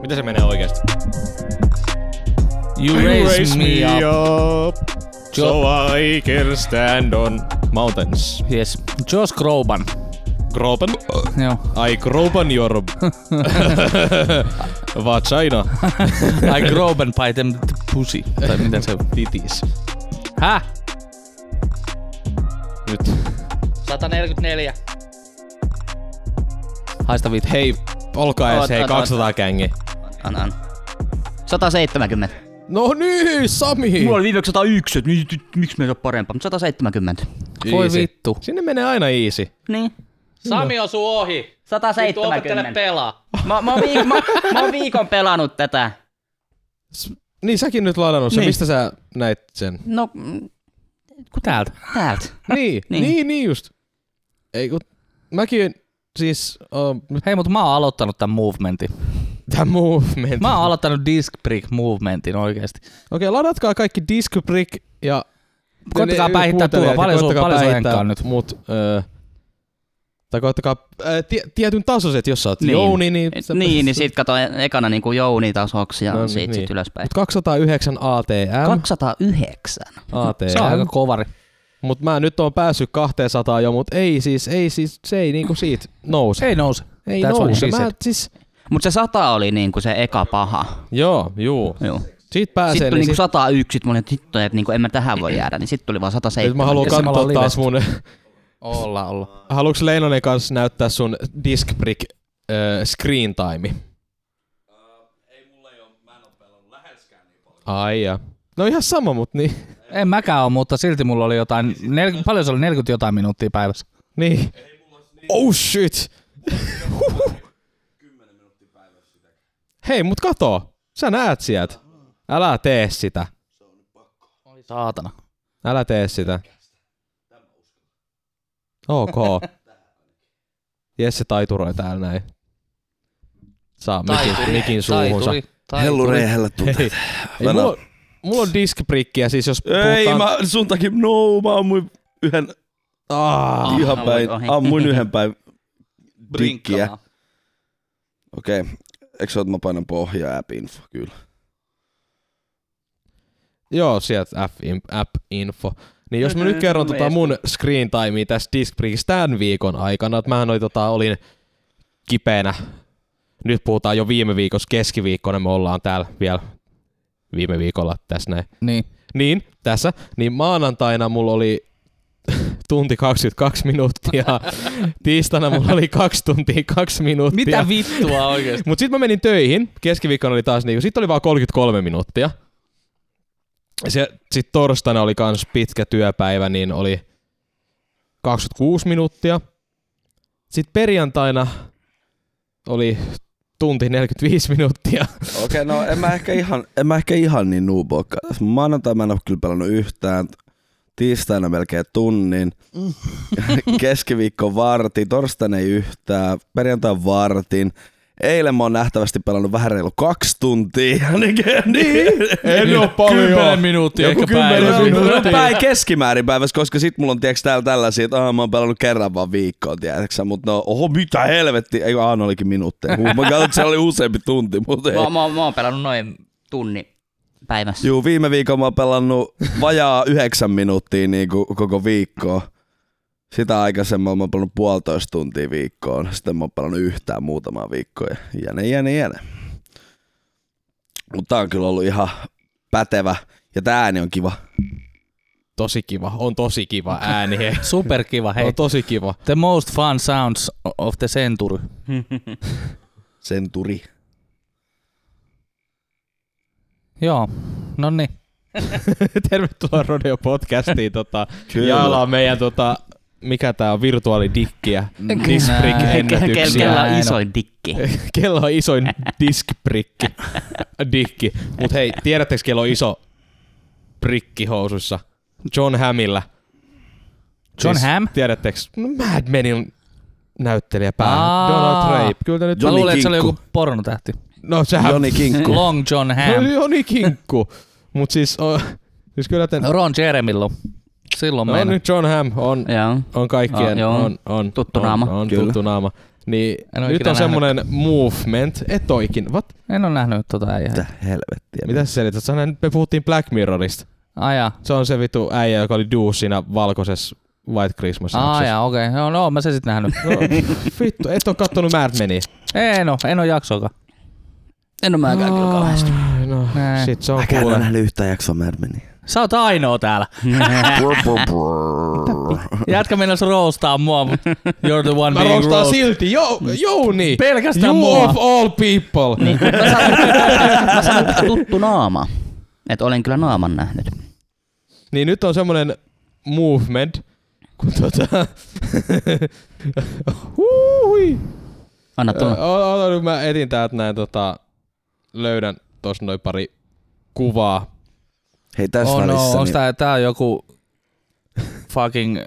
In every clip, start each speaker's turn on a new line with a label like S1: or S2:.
S1: Miten se menee oikeesti?
S2: You, raise, me up.
S1: up. So I can stand on mountains.
S2: Yes. Josh Groban.
S1: Gropen?
S2: Joo.
S1: I gropen your... Vagina.
S2: I Groban by them the pussy. Tai miten se on?
S1: Titis.
S2: Häh?
S1: Nyt.
S3: 144.
S2: Haista vittu.
S1: Hei, olkaa edes
S3: Oot,
S1: hei
S3: oot, oot.
S1: 200 kängi.
S3: An, an. 170.
S1: No niin, Sami!
S3: Mulla oli viimeksi 101, että nyt, nyt, miksi meillä on parempaa, mutta 170.
S2: Voi
S1: Easy.
S2: vittu.
S1: Sinne menee aina easy.
S3: Niin.
S4: Sami on sun ohi. Vittu
S1: Niin,
S4: opettele
S3: 170.
S4: pelaa.
S3: Mä, mä, oon viik- mä, mä oon viikon pelannut tätä.
S1: Niin säkin nyt ladannut sen,
S3: Niin.
S1: mistä sä näit sen?
S3: No, mm,
S2: Ku täältä?
S3: täältä.
S1: Niin, niin,
S3: Niin.
S1: niin, niin just. Ei kun, mäkin siis oon nyt
S2: Hei, mutta mä oon aloittanut tämän movementin.
S1: tämän movement.
S2: Mä oon aloittanut disc brick movementin oikeesti.
S1: Okei, ladatkaa kaikki Disc Brick ja...
S2: Koittakaa
S1: ne-
S2: päihittää tulla.
S1: kuuntelijat,
S2: Paljon sun,
S1: koittakaa
S2: paljon sun
S1: päihittää
S2: henkkaa nyt.
S1: Mut, öö, tai koittakaa öö, tie, tietyn tasoiset, jos sä oot niin.
S3: Niin.
S1: Jouni, niin...
S3: Et, niin,
S2: siis-
S3: niin sit kato ekana niinku Jouni tasoksi ja
S1: No,
S3: no, siitä
S1: niin.
S3: niin. sit ylöspäin.
S1: Mut 209 ATM.
S3: 209.
S1: ATM.
S2: Se on aika kovari.
S1: Mut mä nyt oon päässyt 200 jo, mut ei siis, ei siis, se ei niinku siitä nouse.
S2: Ei nouse.
S1: Ei
S2: That's what
S1: nouse.
S2: she
S1: Mä
S2: said.
S1: siis...
S3: Mut se 100 oli niinku se eka paha.
S1: Joo, juu.
S3: Joo.
S1: Siitä pääsee,
S3: Sitten tuli
S1: niin
S3: niinku
S1: sit,
S3: 101, sit mä olin, että hitto, että niinku en mä tähän voi jäädä, niin sitten tuli vaan
S1: nyt
S3: 107.
S1: mä haluan
S2: samalla
S1: katsoa
S2: on
S1: taas mun...
S2: Olla, olla.
S1: Haluatko Leinonen kanssa näyttää sun Disc Brick äh, screen time? Ai ja. No ihan sama, mut niin.
S2: En mäkään oo, mutta silti mulla oli jotain, nel, paljon se oli 40 jotain minuuttia päivässä.
S1: niin. Oh shit! Huhhuh. Hei, mut kato! Sä näet sieltä. Älä tee sitä.
S2: Oi saatana.
S1: Älä tee sitä. Ok. Jesse taituroi täällä näin. Saa mikin,
S2: Niin,
S1: mikin suuhunsa.
S5: Hellu reihällä
S1: Hei,
S5: tunteet.
S1: ei, mulla,
S5: Mä näen.
S1: on- mulla on diskprikkiä, siis jos
S5: Ei,
S1: puhutaan...
S5: mä sun takia, no, mä ammuin yhden,
S1: Ah,
S3: Ah,
S5: ihan
S3: ammuit
S5: päin,
S3: ohi.
S5: ammuin yhden päin dikkiä.
S3: Brinkkaa.
S5: Okei, okay. eikö se oo, että mä painan pohjaa app info, kyllä.
S1: joo, sieltä F-in- app-info. Niin jos mä nyt kerron tota mun screen timea tässä diskprikissä tämän viikon aikana, että mähän oli, tota, olin kipeänä. Nyt puhutaan jo viime viikossa keskiviikkona, me ollaan täällä vielä viime viikolla tässä näin.
S2: Niin.
S1: Niin, tässä. Niin maanantaina mulla oli tunti 22 minuuttia. Tiistaina mulla oli kaksi tuntia kaksi minuuttia.
S2: Mitä vittua oikeesti?
S1: Mut sit mä menin töihin, keskiviikkona oli taas niinku, sit oli vaan 33 minuuttia. Se, sit torstaina oli kans pitkä työpäivä, niin oli 26 minuuttia. Sitten perjantaina oli tunti 45 minuuttia.
S5: Okei, okay, no en mä ehkä ihan, en mä ehkä ihan niin nuubokka. Maanantai mä en oo kyllä pelannut yhtään. Tiistaina melkein tunnin. Keskiviikko vartin, torstaina ei yhtään, perjantai vartin. Eilen mä oon nähtävästi pelannut vähän reilu kaksi tuntia. niin,
S1: En oo
S2: Kymmenen minuuttia
S1: Joku
S2: ehkä
S1: kymmenen
S2: päivässä.
S1: minuuttia.
S5: No päin keskimäärin päivässä, koska sit mulla on tiiäks täällä tällaisia, että aah, mä oon pelannut kerran vaan viikkoon, tiiäksä, mutta no, oho, mitä helvetti, ei aah, ne olikin minuutteja. Huh, mä katsoin, että siellä oli useampi tunti, mutta ei.
S3: Mä, mä, mä oon pelannut noin tunni päivässä.
S5: Juu, viime viikolla mä oon pelannut vajaa yhdeksän minuuttia niin kuin koko viikkoa. Sitä aikaisemmin mä oon pelannut puolitoista tuntia viikkoon. Sitten mä oon pelannut yhtään muutama viikkoa. ja Jäne, jäne, jäne. Mutta tää on kyllä ollut ihan pätevä. Ja tää ääni on kiva.
S1: Tosi kiva, on tosi kiva ääni. hei.
S2: Superkiva, hei.
S1: On tosi kiva.
S2: The most fun sounds of the century.
S5: Senturi.
S2: Joo, no niin.
S1: Tervetuloa Rodeo Podcastiin. Tota,
S5: Kyllä.
S1: Jaala on meidän, tota, mikä tää on, virtuaalidikkiä. Disbrick
S3: Kel-
S1: ennätyksiä.
S3: Kellä on
S2: Näin on.
S3: isoin dikki.
S1: kello on isoin diskprikki. Dikki. Mut hei, tiedättekö kello on iso prikki housuissa? John Hamilla.
S2: John Hamm?
S1: Tiedättekö? No, Mad Menin näyttelijä pää.
S2: Aa.
S1: Donald Trape. Kyllä te nyt...
S2: Mä
S5: Johnny
S2: luulen, että se oli
S5: Kinkku.
S2: joku pornotähti.
S1: No sehän...
S5: Joni Kinkku.
S2: Long John Ham.
S1: No, Joni Kinkku. Mut siis... O, siis kyllä te...
S2: Ron Jeremillo. Silloin
S1: No,
S2: meidän.
S1: nyt John Ham on,
S3: Joo.
S1: on kaikkien...
S3: Ah, joo.
S1: on, on,
S3: Tuttu
S1: on,
S3: naama.
S1: On,
S5: Kyllä.
S1: tuttu naama. Niin,
S2: En oo
S1: nyt
S2: ikinä
S1: on semmonen movement. Et oikein. What?
S2: En ole nähnyt tota äijää.
S5: Mitä helvettiä.
S1: Mitä sä selität? Sä näin, me puhuttiin Black Mirrorista.
S2: Aja.
S1: Se on se vittu äijä, joka oli duus siinä valkoisessa White Christmas.
S2: Aja, okei. Okay. No, no, oon mä se sitten nähnyt.
S1: Vittu, et oo kattonut Mad Menia.
S2: en oo, no, en oo jaksoakaan.
S3: En oo mäkään kyllä kauheasti.
S1: Ai, No,
S2: Näin.
S1: sit se on
S5: Mäkään en ole
S1: kuule.
S5: nähnyt yhtään jaksoa Mad Menia.
S2: Sä oot ainoa täällä. Jätkä mennäs roostaa mua, mut you're the one
S1: Mä
S2: being
S1: roastaan
S2: roast.
S1: silti, jo, Jouni!
S2: Pelkästään
S1: you
S2: mua.
S1: of all people! Niin.
S3: Mä sanon- Mä sanon, että tuttu naama. Että olen kyllä naaman nähnyt.
S1: niin nyt on semmonen movement, kun tota... Huuhui!
S3: Anna tulla.
S1: Ö, Ota, ota, nyt mä etin täältä näin tota... Löydän tossa noin pari kuvaa.
S5: Hei tässä
S2: Oh no,
S5: välissä.
S2: onks
S5: niin-
S2: tää, tää on joku fucking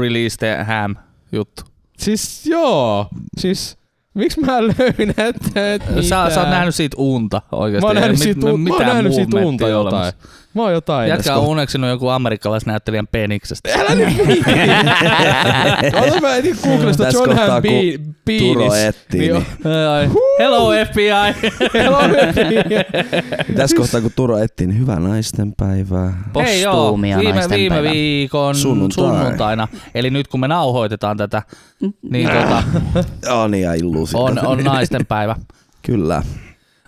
S2: release the ham juttu?
S1: Siis joo, siis... Miksi mä löydän, että et
S2: Sä, sä oot
S1: mitään?
S2: nähnyt siitä unta
S1: Niin Mä
S2: oikeesti.
S1: oon
S2: Ei
S1: nähnyt
S2: mit-
S1: siitä,
S2: mit-
S1: un- mä oon
S2: mitään
S1: nähnyt siitä
S2: movementtia
S1: unta jotain.
S2: olemassa.
S1: Mä oon jotain edes
S2: Jätkä on uneksinut joku amerikkalaisnäyttelijän peniksestä.
S1: Älä nyt Ota mä etin Googlesta
S5: Tässä
S1: John
S5: kohtaa,
S1: Ham
S5: kun
S1: Be-
S5: Turo
S1: Beanis.
S5: etsii, niin
S2: Ai, Hello FBI!
S5: tässä kohtaa kun Turo etsii, niin hyvää naisten päivää.
S2: Hei joo,
S3: Postuumia
S2: viime,
S3: naisten
S2: viime
S3: päivä.
S2: viikon
S5: Sunnuntai.
S2: sunnuntaina, eli nyt kun me nauhoitetaan tätä,
S3: Mm-hmm.
S2: niin tota,
S5: Ania illuusio.
S2: on, on naisten päivä.
S5: Kyllä.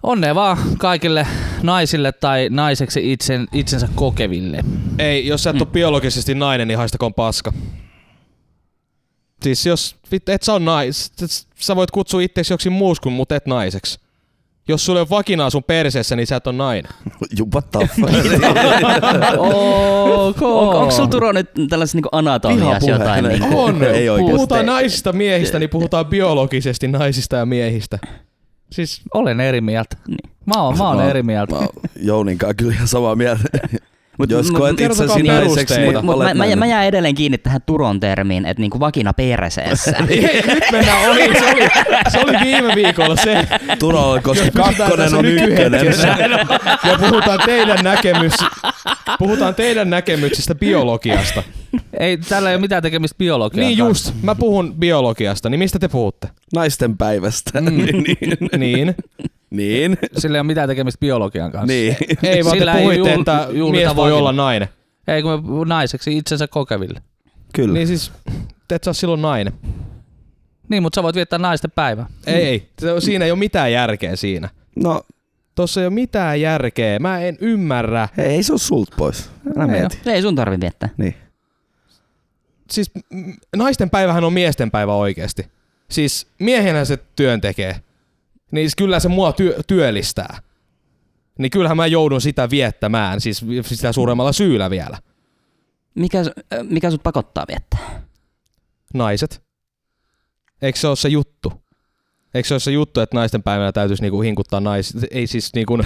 S2: Onnea vaan kaikille naisille tai naiseksi itsen, itsensä kokeville.
S1: Ei, jos sä et ole biologisesti nainen, niin haistakoon paska. Siis jos vit- et sä on nais, s- sä voit kutsua itseäsi joksi muuksi kuin mut et naiseksi. Jos sulle on vakinaa sun perseessä, niin sä et on nainen.
S5: Jupat taffa.
S2: Ok.
S3: Onko, onko sulla Turo nyt tällaisessa niinku anatomiassa jotain? Niinku,
S1: On!
S5: Ei oikeesti.
S1: Puhutaan naisista miehistä, niin puhutaan biologisesti naisista ja miehistä. Siis
S2: Olen eri mieltä.
S3: Niin.
S2: Mä oon, mä oon eri mieltä.
S5: Mä oon Jounin kanssa kyllä ihan samaa mieltä.
S3: Mut-
S5: Jos
S3: mut-
S5: koet itsesi
S1: kertokaa
S5: naiseksi,
S1: perusteita.
S5: niin
S1: Mut-
S3: Mut mä,
S5: olet
S3: mä,
S5: nainen.
S3: mä jään edelleen kiinni tähän Turon termiin, että niinku vakina perseessä.
S1: nyt mennään ohi. Se oli, se oli viime viikolla se.
S5: Turo on, koska
S1: Jos pysytään
S5: kakkonen
S1: tässä
S5: on ykkönen.
S1: nykyhetkessä. Ja puhutaan teidän, näkemys, puhutaan teidän näkemyksistä biologiasta.
S2: Ei, tällä ei ole mitään tekemistä biologian
S1: Niin
S2: kanssa.
S1: just, mä puhun biologiasta, niin mistä te puhutte?
S5: Naisten päivästä. Niin.
S1: Niin.
S5: Niin.
S2: Sillä ei ole mitään tekemistä biologian kanssa.
S5: Niin.
S1: Ei vaan te
S2: Sillä ei
S1: puhuitte,
S2: juhl-
S1: että
S2: juhlita
S1: mies voi
S2: vaginaa.
S1: olla nainen.
S2: Ei kun mä puhun naiseksi itsensä kokeville.
S5: Kyllä.
S1: Niin siis, te et saa silloin nainen.
S2: Mm. Niin, mutta sä voit viettää naisten päivää.
S1: Ei, ei. Se on- Siinä ei ole mitään järkeä siinä.
S5: No,
S1: Tossa ei ole mitään järkeä. Mä en ymmärrä.
S5: hei, ei se ole sult pois. Älä
S2: Ei
S5: mieti.
S3: Ei sun tarvi viettää.
S5: Niin.
S1: Siis mm, naisten päivähän on miesten päivä oikeasti. Siis miehenä se työn tekee. Niin siis kyllä se mua työ, työllistää. Niin kyllähän mä joudun sitä viettämään, siis sitä suuremmalla syyllä vielä.
S3: Mikä, s- ö, mikä sut pakottaa viettää?
S1: naiset. Eikö se ole se juttu? Eikö se ole se juttu, että naisten päivänä täytyisi niinku hinkuttaa nais... Ei siis niinku...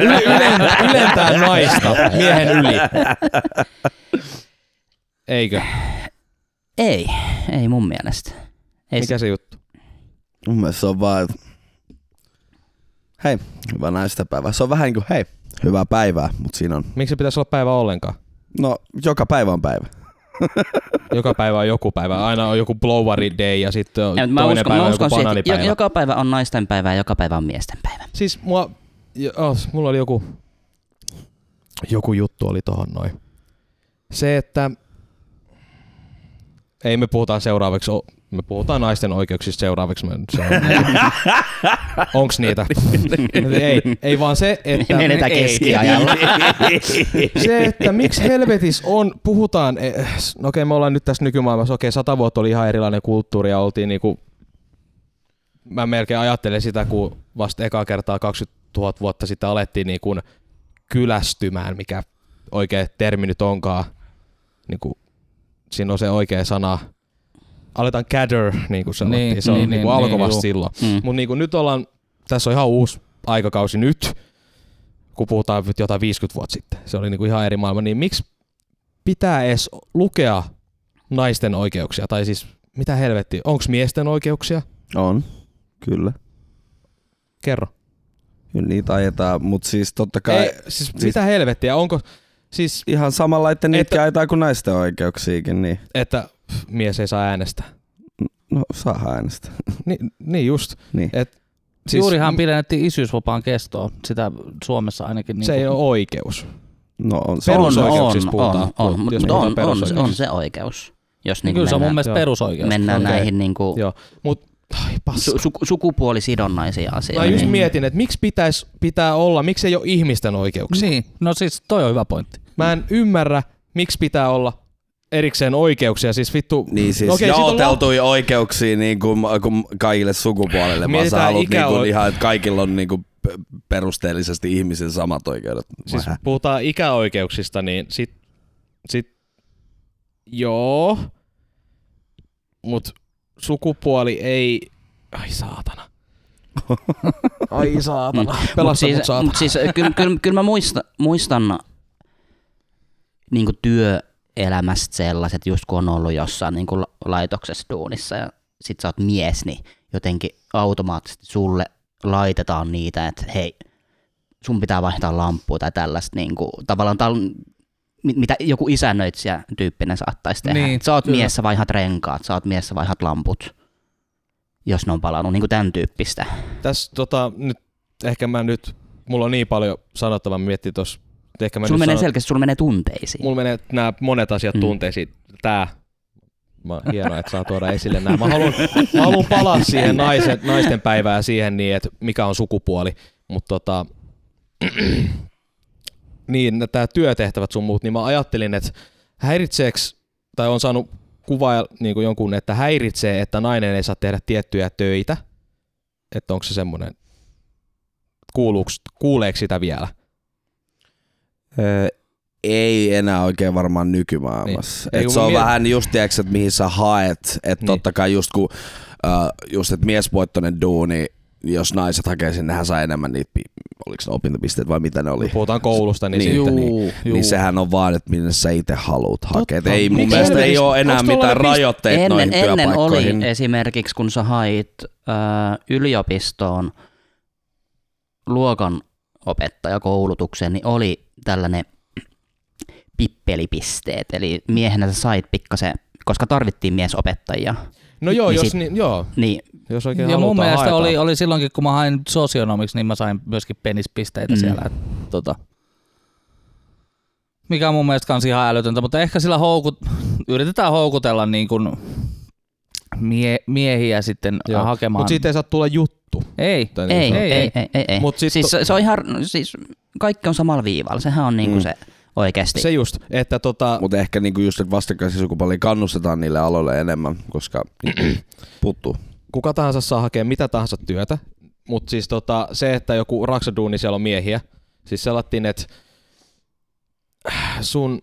S1: Yle- ylen- ylentää naista miehen yli. Eikö?
S3: Ei, ei mun mielestä. Ei
S1: Mikä se juttu?
S5: Mun mielestä se on vaan, että hei, hyvää naisten päivää. Se on vähän niin kuin, hei, hyvää päivää, mutta siinä on,
S1: Miksi se pitäisi olla päivä ollenkaan?
S5: no, joka päivä on päivä.
S1: Joka päivä on joku päivä. Aina on joku blowari day ja sitten on
S3: Ei, mut
S1: toinen päivä on joku
S3: siihen, että
S1: banaanipäivä.
S3: jo- joka päivä on naisten päivä ja joka päivä on miesten päivä.
S1: Siis mua, jo- oh, mulla oli joku, joku juttu oli tohon noin. Se, että ei me puhutaan seuraavaksi, o- me puhutaan naisten oikeuksista seuraavaksi. Me seuraavaksi. Onks niitä? ei, ei vaan se, että,
S3: Me eletään keskiajalla.
S1: se, että miksi helvetis on, puhutaan, eh, no okei me ollaan nyt tässä nykymaailmassa, okei sata vuotta oli ihan erilainen kulttuuri ja oltiin niinku, mä melkein ajattelen sitä, kun vasta ekaa kertaa 20 000 vuotta sitten alettiin niinku kylästymään, mikä oikea termi nyt onkaan, niinku, siinä on se oikea sana, aletaan gather, niin kuin sanottiin,
S2: Niin,
S1: se on niin,
S2: niin,
S1: niinku
S2: niin,
S1: alkoi
S2: niin,
S1: vasta
S2: juu.
S1: silloin.
S3: Mm.
S1: Mutta niinku nyt ollaan, tässä on ihan uusi aikakausi nyt, kun puhutaan nyt jotain 50 vuotta sitten. Se oli niinku ihan eri maailma. Niin miksi pitää edes lukea naisten oikeuksia? Tai siis mitä helvetti, onko miesten oikeuksia?
S5: On, kyllä.
S1: Kerro.
S5: Kyllä niitä ajetaan, mutta siis totta kai
S1: Ei, siis, siis mitä helvettiä, onko siis,
S5: ihan samalla, että niitä
S1: Että-
S5: ajetaan kuin naisten oikeuksiikin, niin
S1: että pff, mies ei saa äänestää?
S5: no saa äänestää.
S1: Ni, niin just.
S5: Niin.
S1: Et
S2: Siis, Juurihan pidennettiin isyysvapaan kestoa, sitä Suomessa ainakin. Niin
S1: se ei ole oikeus.
S5: No on se.
S1: Se-
S5: On.
S1: Perusoikeuksista
S3: on,
S1: puhutaan,
S3: on, on,
S1: puhut- jos
S3: mutta
S1: puhutaan
S3: on, on, se- on
S1: perusoikeuksista.
S3: se oikeus. Jos
S2: niin
S3: niin
S2: kyllä se on mun
S3: mennään,
S2: mielestä
S1: joo.
S2: perusoikeus.
S3: mennään
S1: Okei.
S3: näihin niin kuin
S1: Joo. Mut, ai paska.
S3: su, su, sukupuolisidonnaisia
S1: Mä
S3: asioita.
S1: just
S3: niin-
S1: mietin, että miksi pitäis, pitää olla, miksi ei ole ihmisten oikeuksia.
S2: Niin, no siis toi on hyvä pointti.
S1: Mä en ymmärrä, miksi pitää olla erikseen oikeuksia. Siis vittu...
S5: Niin siis
S1: No
S5: okay,
S1: okei, sit on
S5: jaoteltui on... oikeuksia niin kuin, kuin kaikille sukupuolille, vaan sä
S1: Mietitään
S5: haluat niin
S1: ikäo-
S5: kuin ihan, että kaikilla on niin kuin perusteellisesti ihmisen samat oikeudet.
S1: Siis
S5: Vähän.
S1: puhutaan ikäoikeuksista, niin sit... sit joo. Mut sukupuoli ei... Ai saatana. Ai saatana. Pelasta
S3: Mut siis,
S1: mut saatana.
S3: mut siis kyllä, kyllä, kyllä mä muistan, muistan niin työelämästä sellaiset, just kun on ollut jossain niin kuin laitoksessa duunissa ja sit sä oot mies, niin jotenkin automaattisesti sulle laitetaan niitä, että hei, sun pitää vaihtaa lamppua tai tällaista niin kuin, tavallaan tää on, mi- mitä joku isännöitsijä tyyppinen saattaisi tehdä.
S2: Niin,
S3: Niin, sä oot
S2: kyllä.
S3: kyllä. mies, sä vaihdat renkaat, sä oot mies, sä vaihdat lamput, jos ne on palannut, niin kuin tämän tyyppistä.
S1: Tässä tota, nyt ehkä mä nyt... Mulla on niin paljon sanottavaa, mä miettii tossa... Ehkä mä
S3: Sulla
S1: nyt
S3: menee
S1: sanon-
S3: selkeästi, sulla menee tunteisiin.
S1: Mulla menee nämä monet asiat
S3: Mm.
S1: tunteisiin. Tää. Mä, hienoa, että saa tuoda esille nämä. Mä haluan, mä haluan palaa siihen naisen, naisten päivään siihen, niin, että mikä on sukupuoli. Mutta tota, niin, tämä työtehtävät sun muut, niin mä ajattelin, että häiritseekö, tai on saanut kuvaa niin kuin jonkun, että häiritsee, että nainen ei saa tehdä tiettyjä töitä. Että onko se semmoinen, kuuluuko, kuuleeko sitä vielä?
S5: Öö, ei enää oikein varmaan nykymaailmassa.
S1: Niin. Ei,
S5: Niin.
S1: kun
S5: Et se
S1: mä
S5: on
S1: mietin-
S5: vähän just, tiiäks, että mihin sä haet. Että
S1: Niin.
S5: niin. totta kai just kun, äh, just että miesvoittoinen duuni, jos naiset hakee sinne, nehän saa enemmän niitä, pi- oliko ne opintopisteet vai mitä ne oli.
S1: Puhutaan koulusta, niin,
S5: Niin.
S1: niin siitä. Niin.
S5: Niin, niin sehän on vaan, että minne sä itse haluut hakea. Et Ei mun
S1: Miksi
S5: mielestä ei
S1: helvetissä-
S5: ole enää
S1: onks tuolla
S5: mitään
S1: ne pist-
S5: rajoitteita noihin
S3: ennen, ennen
S5: työpaikkoihin.
S3: oli esimerkiksi, kun sä hait ö, yliopistoon luokan opettajakoulutukseen, niin oli tällainen pippelipisteet. Eli miehenä sä sait pikkasen, koska tarvittiin miesopettajia,
S1: No joo,
S3: Niin
S1: jos,
S3: sit-
S1: niin, joo,
S3: niin
S1: Jos oikein
S2: ja
S1: halutaan,
S2: mun mielestä
S1: haetaan.
S2: oli, oli silloinkin, kun mä hain sosionomiksi, niin mä sain myöskin penispisteitä
S3: Mm.
S2: siellä. Et, tota, mikä on mun mielestä kans ihan älytöntä, mutta ehkä sillä houkut, yritetään houkutella niin kuin mie, miehiä sitten
S1: Joo.
S2: Joo. hakemaan.
S1: Mut siitä ei saa tulla juttu.
S2: ei,
S1: Tai
S3: ei,
S1: sanotaan.
S3: ei, ei, ei, ei, ei.
S1: Mut sit
S3: siis
S1: to-
S3: se, se on ihan, siis kaikki on samalla viivalla, sehän on niinku
S5: Mm.
S3: se oikeasti.
S1: Se just, että tota,
S5: Mutta ehkä niinku just, että vastakkaisia sukupuolia kannustetaan niille aloille enemmän, koska niinku puuttuu.
S1: kuka tahansa saa hakea mitä tahansa työtä, mutta siis tota, se, että joku raksaduuni siellä on miehiä, siis selattiin, että sun,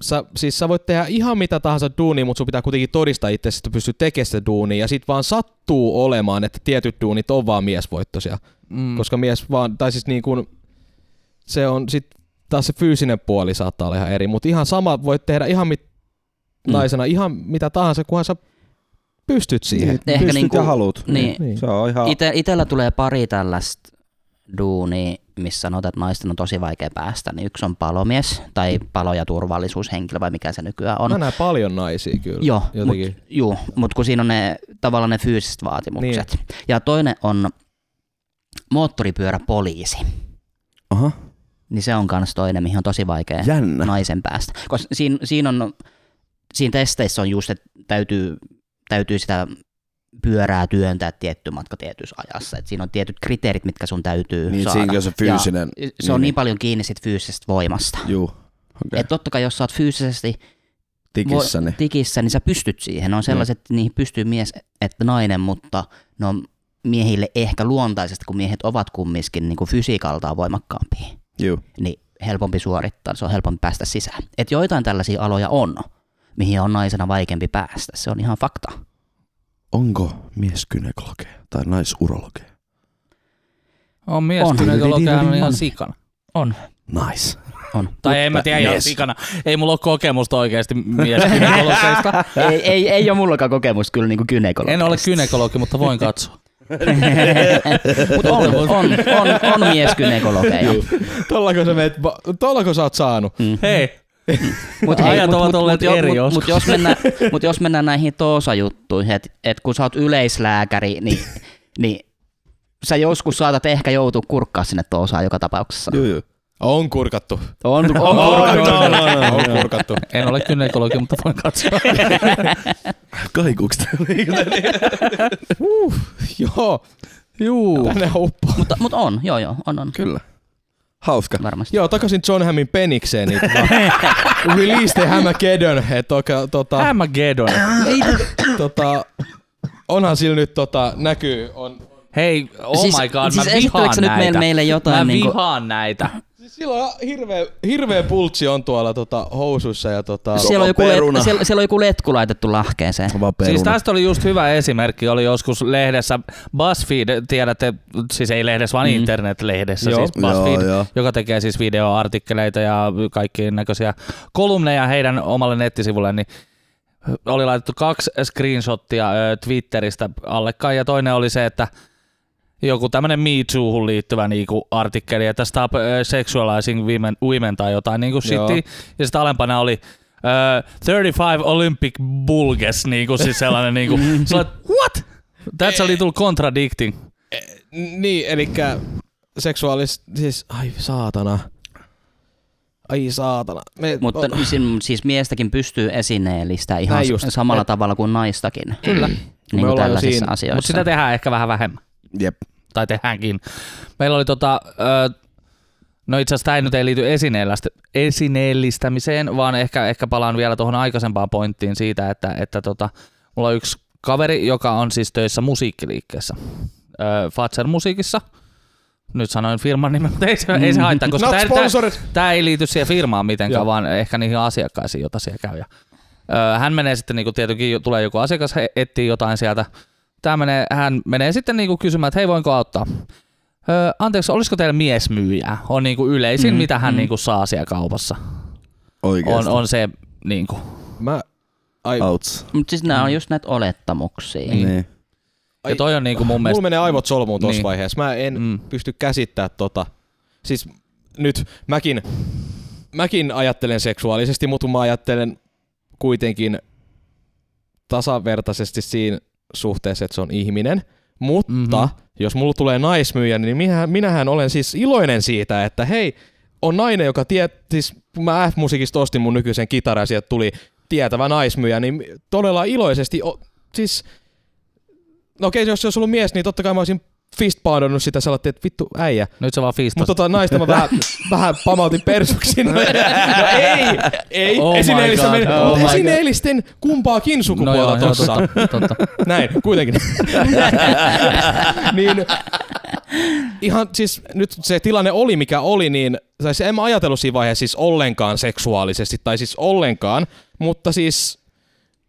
S1: sä, siis sä voit tehdä ihan mitä tahansa duunia, mutta sun pitää kuitenkin todistaa itse, että pystyt tekemään sitä duunia, ja sit vaan sattuu olemaan, että tietyt duunit on vaan miesvoittoisia,
S2: Mm.
S1: koska mies vaan, tai siis niin kuin, se on sit taas se fyysinen puoli saattaa olla ihan eri, mutta ihan sama voit tehdä ihan mit,
S3: Mm.
S1: naisena ihan mitä tahansa, kunhan sä pystyt siihen.
S3: Ehkä
S5: Pystyt
S3: niinku-
S5: ja haluut.
S3: niin.
S5: Se on ihan...
S3: Ite, itellä tulee pari tällaista duunia, missä sanotaan, että naisten on tosi vaikea päästä. Niin yksi on palomies tai palo- ja turvallisuushenkilö vai mikä se nykyään on.
S1: Mä näen paljon naisia kyllä.
S3: Joo,
S1: Jotenkin.
S3: mut, juu, mut kun siinä on ne, tavallaan ne fyysiset vaatimukset. Niin. Ja toinen on moottoripyöräpoliisi.
S5: Aha,
S3: Niin se on kans toinen, mihin on tosi vaikea
S5: jännä.
S3: naisen päästä. Koska siinä, siinä, on, siinä testeissä on just, että täytyy, täytyy sitä pyörää työntää tietty matka tietyssä ajassa. Et siinä on tietyt kriteerit, mitkä sun täytyy
S5: Niin,
S3: saada.
S5: siinä on se fyysinen.
S3: Ja se on
S5: niin.
S3: niin paljon kiinni sit fyysisestä voimasta.
S5: Juu.
S3: Okay.
S5: Okay.
S3: Et totta kai, jos sä oot fyysisesti
S5: Tikissä, niin.
S3: tikissä, niin sä pystyt siihen. Ne on sellaiset, mm. niihin pystyy mies että nainen, mutta ne on miehille ehkä luontaisesti, kun miehet ovat kumminkin niin kuin fysiikaltaan voimakkaampia
S5: Juu.
S3: niin helpompi suorittaa, se on helpompi päästä sisään. Et joitain tällaisia aloja on, mihin on naisena vaikeampi päästä, se on ihan fakta.
S5: Onko mies gynekologeja tai naisurologeja?
S2: on mies,
S3: On. Niin,
S2: on. kun on ihan
S3: On.
S2: sikana.
S5: Nais.
S3: On.
S2: Tai en mä tiedä, ihan
S5: mies.
S2: sikana. Ei mulla ole kokemusta oikeasti mieskynekologeista.
S3: ei, ei, ei ole mullakaan kokemusta kyllä niinku gynekologista.
S2: en ole kynekologi, mutta voin katsoa.
S3: Mutta on, on, on, on mies gynekologeja.
S1: Tollako sä, meet, tollako sä oot saanut?
S2: Mm. Hei,
S3: Mut
S2: Ajat
S3: mut-
S2: ovat
S3: mut-
S2: olleet
S3: mut jo-
S2: eri
S3: mut-
S2: joskus.
S3: mut jos, mennään, mut jos mennään näihin toosa juttuihin, että et kun sä oot yleislääkäri, niin, niin sä joskus saatat ehkä joutua kurkkaa sinne tuo osaan joka tapauksessa.
S5: Juu, juu.
S1: On kurkattu.
S3: On, on,
S1: on, on, on kurkattu.
S2: En ole kynekologi, mutta voin katsoa.
S5: Kaikuuks
S1: Joo,
S2: Juu.
S1: tänne uppo.
S3: mutta, mutta on, joo joo, on on.
S5: Kyllä. Hauska.
S3: Varmasti.
S1: Joo, takaisin John Hammin penikseen. Niin tota, release the Hammageddon. Et toka, tota,
S2: Armageddon.
S1: tota, onhan sillä nyt tota, näkyy. On,
S2: Hei, oh
S3: Siis-
S2: my god,
S3: siis
S2: mä
S3: esittelikö
S2: vihaan
S3: sä nyt
S2: näitä.
S3: meille- meille jotain
S2: Mä
S3: niinku-
S2: vihaan näitä.
S1: siis sillä on hirveä, hirveä pultsi on tuolla tota, housuissa. Ja, tota,
S3: Siellä on, joku
S5: peruna.
S3: let, siellä, siellä on joku letku laitettu lahkeeseen.
S5: Vaan
S2: Siis tästä oli just hyvä esimerkki, oli joskus lehdessä, BuzzFeed, tiedätte, siis ei lehdessä, vaan mm. internetlehdessä,
S1: Joo.
S2: siis BuzzFeed,
S5: Joo,
S2: joo,
S5: joo.
S2: joo. joka tekee siis videoartikkeleita ja kaikkiin näköisiä kolumneja heidän omalle nettisivulle, niin oli laitettu kaksi screenshottia ö, Twitteristä allekkain ja toinen oli se, että joku tämmöinen Me Too-hun liittyvä niinku artikkeli, että stop ö, sexualizing women, women tai jotain niinku
S1: Joo.
S2: shittia. Ja sitten alempana oli ö, 35 Olympic Bulges, niinku siis sellainen niinku, sä olet, what? That's a little contradicting.
S1: Niin, eli seksuaalis... Siis, ai saatana. Ai saatana. Me,
S3: Mutta
S1: o-
S3: sin- siis miestäkin pystyy esineellistää ihan
S1: Näin just.
S3: s- samalla
S1: Me-
S3: tavalla kuin naistakin.
S2: Kyllä.
S3: Niin kuin
S1: ollaan jo
S3: tällaisissa
S1: siinä.
S3: asioissa.
S2: Mutta sitä tehdään ehkä vähän vähemmän.
S5: Jep.
S2: tai tehdäänkin. Meillä oli tota, ö, no itse asiassa tämä nyt ei liity esineelläst- esineellistämiseen, vaan ehkä, ehkä palaan vielä tuohon aikaisempaan pointtiin siitä, että, että tota, mulla on yksi kaveri, joka on siis töissä musiikkiliikkeessä. Ö, Fatser musiikissa. Nyt sanoin firman nimen, mutta ei se, ei se haittaa, koska
S1: Not
S2: tää- tää-
S1: sponsored.
S2: tämä ei liity siihen firmaan mitenkään,
S1: Joo.
S2: Joo. vaan ehkä niihin asiakkaisiin, joita siellä käy. Ja, ö, hän menee sitten, niin tietenkin jo- tulee joku asiakas, he etsii jotain sieltä. Tämä menee, hän menee sitten niin kysymään, että hei voinko auttaa. Ö, anteeksi, olisiko teillä miesmyyjää? On niin kuin yleisin, mm, mitä hän mm. niin kuin saa siellä kaupassa.
S5: Oikeesti.
S2: On, on se niin kuin.
S1: Mä, ai,
S5: Outs.
S3: Mutta siis nämä on just näitä olettamuksia.
S2: Niin.
S5: Niin.
S1: Ai,
S2: Ja toi on niin kuin mun
S1: Mulla
S2: mielestä...
S1: menee aivot solmuun tuossa niin.
S2: Niin.
S1: vaiheessa. Mä en mm.
S2: Mm.
S1: pysty käsittämään tota. Siis nyt mäkin, mäkin ajattelen seksuaalisesti, mutta kun mä ajattelen kuitenkin tasavertaisesti siinä suhteessa, että se on ihminen. Mutta mm-hmm. jos mulla tulee naismyyjä, niin minähän, minähän olen siis iloinen siitä, että hei, on nainen, joka tie, siis kun mä F-musiikista ostin mun nykyisen kitaran ja sieltä tuli tietävä naismyyjä, niin todella iloisesti, o, siis No okei, jos se olisi ollut mies, niin totta kai mä olisin fist poundannut sitä sellainen, että vittu äijä.
S2: Nyt se vaan fiistas.
S1: Mutta tota naista mä vähän, vähän pamautin persuksi. No, ei, ei.
S2: Oh my
S1: esineellistä
S2: God,
S1: meni.
S2: oh
S1: Mutta
S2: my God.
S1: esineellisten kumpaakin sukupuolta no tossa.
S2: totta, totta.
S1: Näin, kuitenkin. niin, ihan siis nyt se tilanne oli mikä oli, niin tai se en mä ajatellut siinä vaiheessa siis ollenkaan seksuaalisesti, tai siis ollenkaan, mutta siis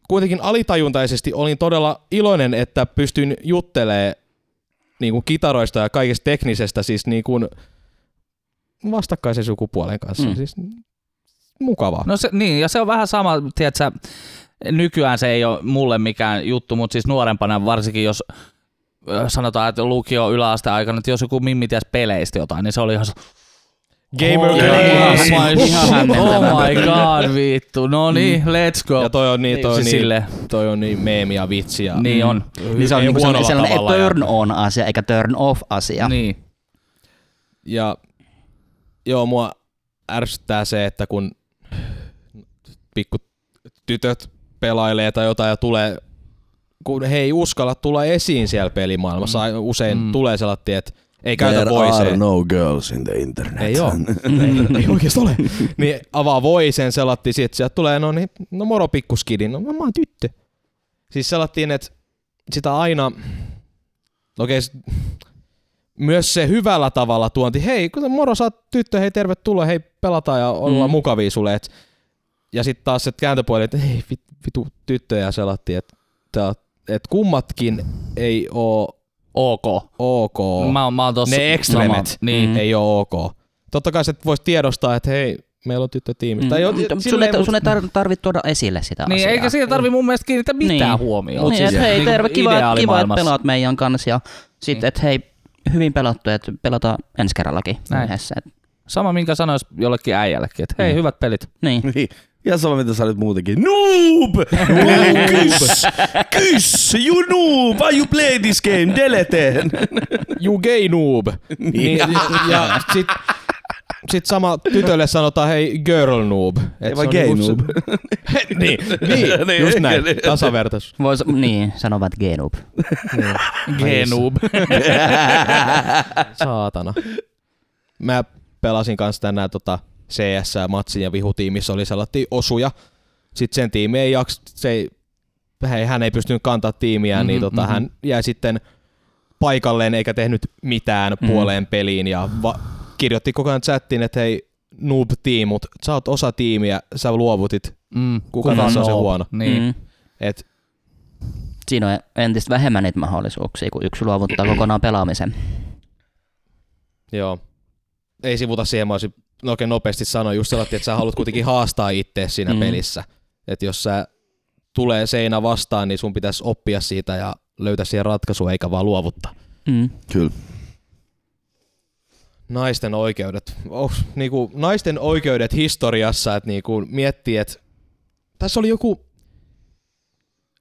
S1: kuitenkin alitajuntaisesti olin todella iloinen, että pystyn juttelemaan niin kuin kitaroista ja kaikesta teknisestä siis niin kuin vastakkaisen sukupuolen kanssa.
S3: Mm.
S1: Mm. Siis mukavaa.
S2: No se, niin, ja se on vähän sama, tiedätkö, nykyään se ei ole mulle mikään juttu, mutta siis nuorempana varsinkin, jos ö, sanotaan, että lukio yläasteaikana, että jos joku mimmi ties peleistä jotain, niin se oli ihan se,
S1: Gamer
S2: oh,
S1: Girl.
S3: Ihan
S2: my,
S3: hämmentävä.
S2: oh my god, vittu, no niin, let's go.
S1: Ja toi on niin, toi on
S2: Siis
S1: niin,
S2: silleen.
S1: toi on niin meemi ja vitsi. Ja
S2: Niin on.
S1: Niin se on
S3: niinku
S1: huonolla
S3: sellainen, sellainen
S1: tavalla. ja-
S3: turn on asia eikä turn off asia. Niin.
S2: Niin.
S1: Ja joo, mua ärsyttää se, että kun pikku tytöt pelailee tai jotain ja tulee, kun he ei uskalla tulla esiin siellä pelimaailmassa, mm. usein mm. tulee sellainen, että ei käytä
S5: There
S1: voiseen.
S5: are no girls in the internet.
S1: Ei oo. ei, ei oikeastaan ole. niin avaa voisen selatti, että sieltä tulee, no niin, no moro pikkuskidi, no mä oon tyttö. Siis selattiin, että sitä aina, okei, s- myös se hyvällä tavalla tuonti, hei, kun moro, sä oot tyttö, hei, tervetuloa, hei, pelataan ja ollaan mm.
S3: Mm.
S1: mukavia sulle. Et, ja sitten taas se kääntöpuoli, että hei, vit, vitu tyttöjä selatti, että et kummatkin ei oo
S2: Ok.
S1: ok.
S2: Mä, oon- mä oon tossa...
S1: Ne ekstremet.
S2: No, mä, niin.
S3: Mm.
S1: Mm. ei ole ok. Totta kai sä voisi tiedostaa, että hei, meillä on tyttö tiimi. Mm. Tai jo,
S3: Mutta sun,
S1: silleen,
S3: ei,
S1: mut-
S3: sun ei tar- tarvitse tuoda esille sitä
S2: Niin,
S3: asiaa.
S2: eikä siitä tarvi mun mielestä kiinnittää mitään
S3: Niin.
S2: huomioon.
S3: Niin, siis,
S2: Siis
S3: et, hei,
S2: niinku
S3: terve, kiva, et- kiva että
S2: ideaalimaailmassa.
S3: pelaat meidän kanssa. Ja sit,
S2: Niin.
S3: et hei, hyvin pelattu, että pelataan ensi kerrallakin
S2: Näin.
S3: yhdessä. Et,
S2: Sama minkä sanois jollekin äijällekin, että hei,
S3: Mm.
S2: hyvät pelit.
S3: niin.
S5: Niin. Ja sama mitä sä olit muutenkin. Noob! Well, kyss! Kyss! You noob! Why you play this game? Deleteen!
S1: You gay noob. niin, ja, ja sit, sit sama tytölle sanotaan hei girl noob. Et
S5: Ei vaan
S1: se on
S5: gay
S1: niinku se-
S5: noob.
S1: niin, niin, just näin. Tasavertais.
S3: Vois, niin, sanovat Genub.
S2: Genub.
S1: Saatana. Mä pelasin kanssa tänään tota CS-matsin ja vihutiimissä oli sellaisia osuja. Sitten sen tiimi ei jaks, se ei, hei, hän ei pystynyt kantaa tiimiään, mm-hmm, niin tota, mm-hmm. hän jäi sitten paikalleen eikä tehnyt mitään mm. puoleen peliin ja va- kirjoitti koko ajan chattiin, että hei noob tiimut, sä oot osa tiimiä, sä luovutit,
S2: Mm,
S1: kuka tässä on se
S2: noob?
S1: huono.
S2: Niin. Mm.
S3: Mm.
S1: Et
S3: Siinä on entistä vähemmän niitä mahdollisuuksia, kun yksi luovuttaa kokonaan pelaamisen.
S1: Joo. Ei sivuta siihen, mä olisin no oikein nopeasti sanoa just sellainen, että sä haluat kuitenkin haastaa itse siinä mm.
S3: Mm.
S1: pelissä. Että jos sä tulee seinä vastaan, niin sun pitäisi oppia siitä ja löytää siihen ratkaisu eikä vaan luovuttaa.
S3: Mm.
S5: Kyllä.
S1: Naisten oikeudet. Oh, niinku, naisten oikeudet historiassa, että niinku, miettii, että tässä oli joku...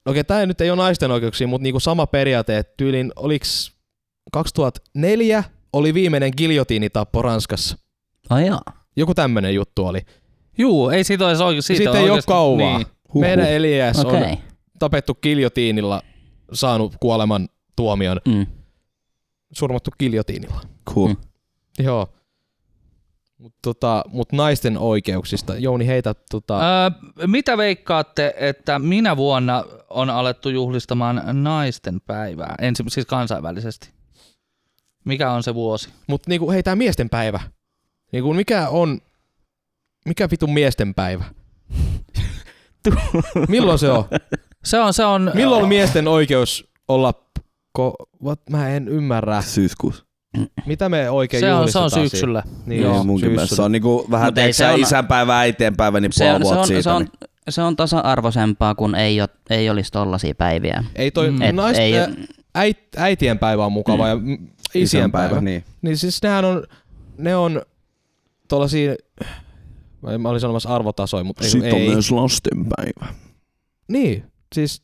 S1: Okei, tämä nyt ei ole naisten oikeuksia, mutta niinku sama periaate, että tyylin oliks 2004 oli viimeinen giljotiinitappo Ranskassa.
S3: Ai joo.
S1: Joku tämmönen juttu oli.
S2: Juu, ei siitä olisi oikein. Siitä
S1: Siitä
S2: on
S1: ei ole
S2: oikeasti-
S1: kauaa.
S2: Niin.
S5: Huhhuh.
S1: Meidän Elias
S3: Okei.
S1: okay.
S3: Okay.
S1: on tapettu kiljotiinilla, saanut kuoleman tuomion,
S3: Mm.
S1: surmattu kiljotiinilla.
S5: Cool.
S3: Mm.
S1: Joo. Mutta tota, mut naisten oikeuksista. Jouni, heitä tota...
S2: Öö, mitä veikkaatte, että minä vuonna on alettu juhlistamaan naisten päivää, Ensi, siis kansainvälisesti? Mikä on se vuosi?
S1: Mutta niinku, hei, tää miesten päivä. Niinku, mikä on... Mikä vitun miesten päivä? Milloin se on?
S2: Se on, se on...
S1: Milloin on miesten oikeus olla... Ko... What? Mä en ymmärrä.
S5: Syyskuussa.
S1: Mitä me oikein
S2: se on, se on
S1: juhlistetaan siinä?
S2: syksyllä.
S1: Niin,
S5: Joo,
S1: joo,
S5: munkin mielestä. Se
S1: syksyllä.
S5: on niinku vähän
S3: Mut ei
S5: teetkö
S3: se
S5: sä
S3: on-
S5: isänpäivää eteenpäivä, niin
S3: Se
S5: puoli
S3: on, se,
S5: vuotta
S3: on,
S5: siitä.
S3: se, on,
S5: niin.
S3: se on tasa-arvoisempaa, kun ei, ole, ei olisi tollaisia päiviä.
S1: Ei toi
S2: Mm.
S1: mm.
S3: Et
S1: naisten,
S3: ei-
S1: ei, äit, äitien päivä on mukava mm. ja mm, isien päivä. Niin.
S5: Niin.
S1: niin siis nehän on, ne on tollasia, mä- mä olin sanomassa arvotasoja, mutta ei, ei.
S5: lastenpäivä.
S1: Niin, siis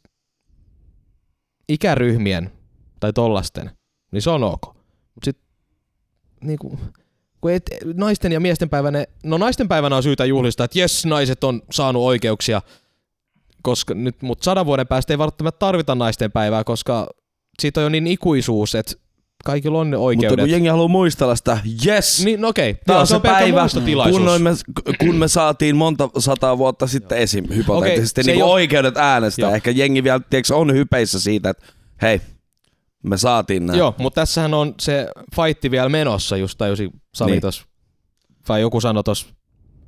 S1: ikäryhmien tai tollasten, niin se on ok. Mut sit, niinku, kun et, naisten ja miesten päivänä, no naisten päivänä on syytä juhlistaa, että jes, naiset on saanut oikeuksia, koska nyt, mut sadan vuoden päästä ei välttämättä tarvita naisten päivää, koska siitä on jo niin ikuisuus, että kaikilla on ne
S5: Mutta
S1: oikeudet.
S5: kun jengi haluaa muistella sitä, yes,
S1: Niin, no okei.
S5: Tää
S1: Joo,
S5: on se
S1: pelkkä
S5: päivä, Mm.
S1: muistotilaisuus.
S5: kun, noin me, kun me saatiin monta sataa vuotta sitten esim. hypoteettisesti
S1: se ei
S5: niin
S1: oo-
S5: oikeudet äänestää.
S1: Joo.
S5: Ehkä jengi vielä tiiäks, on hypeissä siitä, että hei, me saatiin nämä.
S1: Joo, mutta tässähän on se fightti vielä menossa, just tajusin Sami
S5: Niin.
S1: niin. tos, tai joku sanoi tos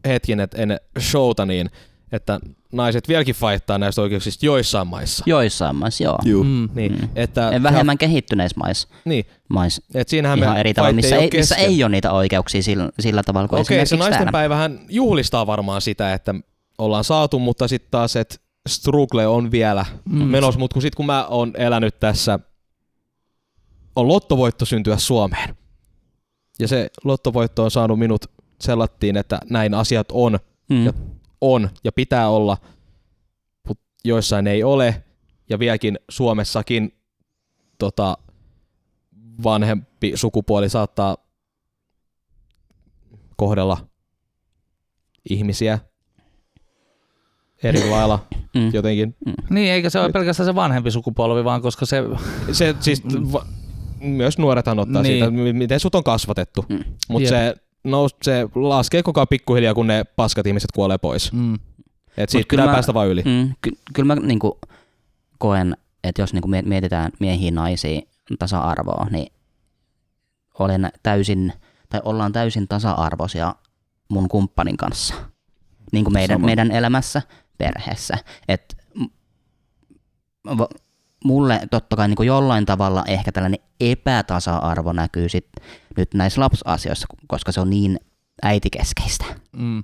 S1: hetken, että ennen showta niin, että naiset vieläkin faittaa näistä oikeuksista joissain maissa.
S3: Joissain maissa, joo.
S5: Juu.
S2: Mm.
S1: Niin,
S3: Mm.
S1: että,
S3: Ei, Vähemmän kehittyneissä maissa.
S1: Niin,
S3: maissa.
S1: että siinähän
S3: Ihan
S1: me
S3: eri tavalla,
S1: fightti
S3: missä
S1: oo
S3: ei, missä
S1: kesken.
S3: ei ole niitä oikeuksia sillä, sillä tavalla kuin
S1: Okei, se
S3: esimerkiksi
S1: naisten
S3: täällä.
S1: päivähän juhlistaa varmaan sitä, että ollaan saatu, mutta sitten taas, että struggle on vielä mm. menossa. Mutta kun sitten kun mä oon elänyt tässä, on lottovoitto syntyä Suomeen. Ja se lottovoitto on saanut minut sellattiin, että näin asiat on,
S3: Mm.
S1: ja on ja pitää olla, mutta joissain ei ole. Ja vieläkin Suomessakin tota, vanhempi sukupuoli saattaa kohdella ihmisiä eri lailla
S3: Mm.
S1: jotenkin.
S2: niin, eikä se ole pelkästään se vanhempi sukupolvi, vaan koska se...
S1: Se, siis, va, myös nuorethan ottaa
S2: Niin.
S1: niin. siitä, mi- miten sut on kasvatettu.
S3: Mm.
S1: Mutta
S2: Jep.
S1: se, nous, se laskee koko ajan pikkuhiljaa, kun ne paskat ihmiset kuolee pois.
S2: Mm.
S1: Et siitä
S3: kyllä
S1: pitää
S3: mä-
S1: päästä vaan yli.
S3: Mm, ky- kyllä mä niinku koen, että jos niinku miet- mietitään miehiä naisia tasa-arvoa, niin olen täysin, tai ollaan täysin tasa-arvoisia mun kumppanin kanssa. Niin kuin meidän,
S5: Sama.
S3: meidän elämässä, perheessä. Et m- va- mulle totta kai niin jollain tavalla ehkä tällainen epätasa-arvo näkyy sit nyt näissä lapsiasioissa, ku- koska se on niin äitikeskeistä.
S2: Mm.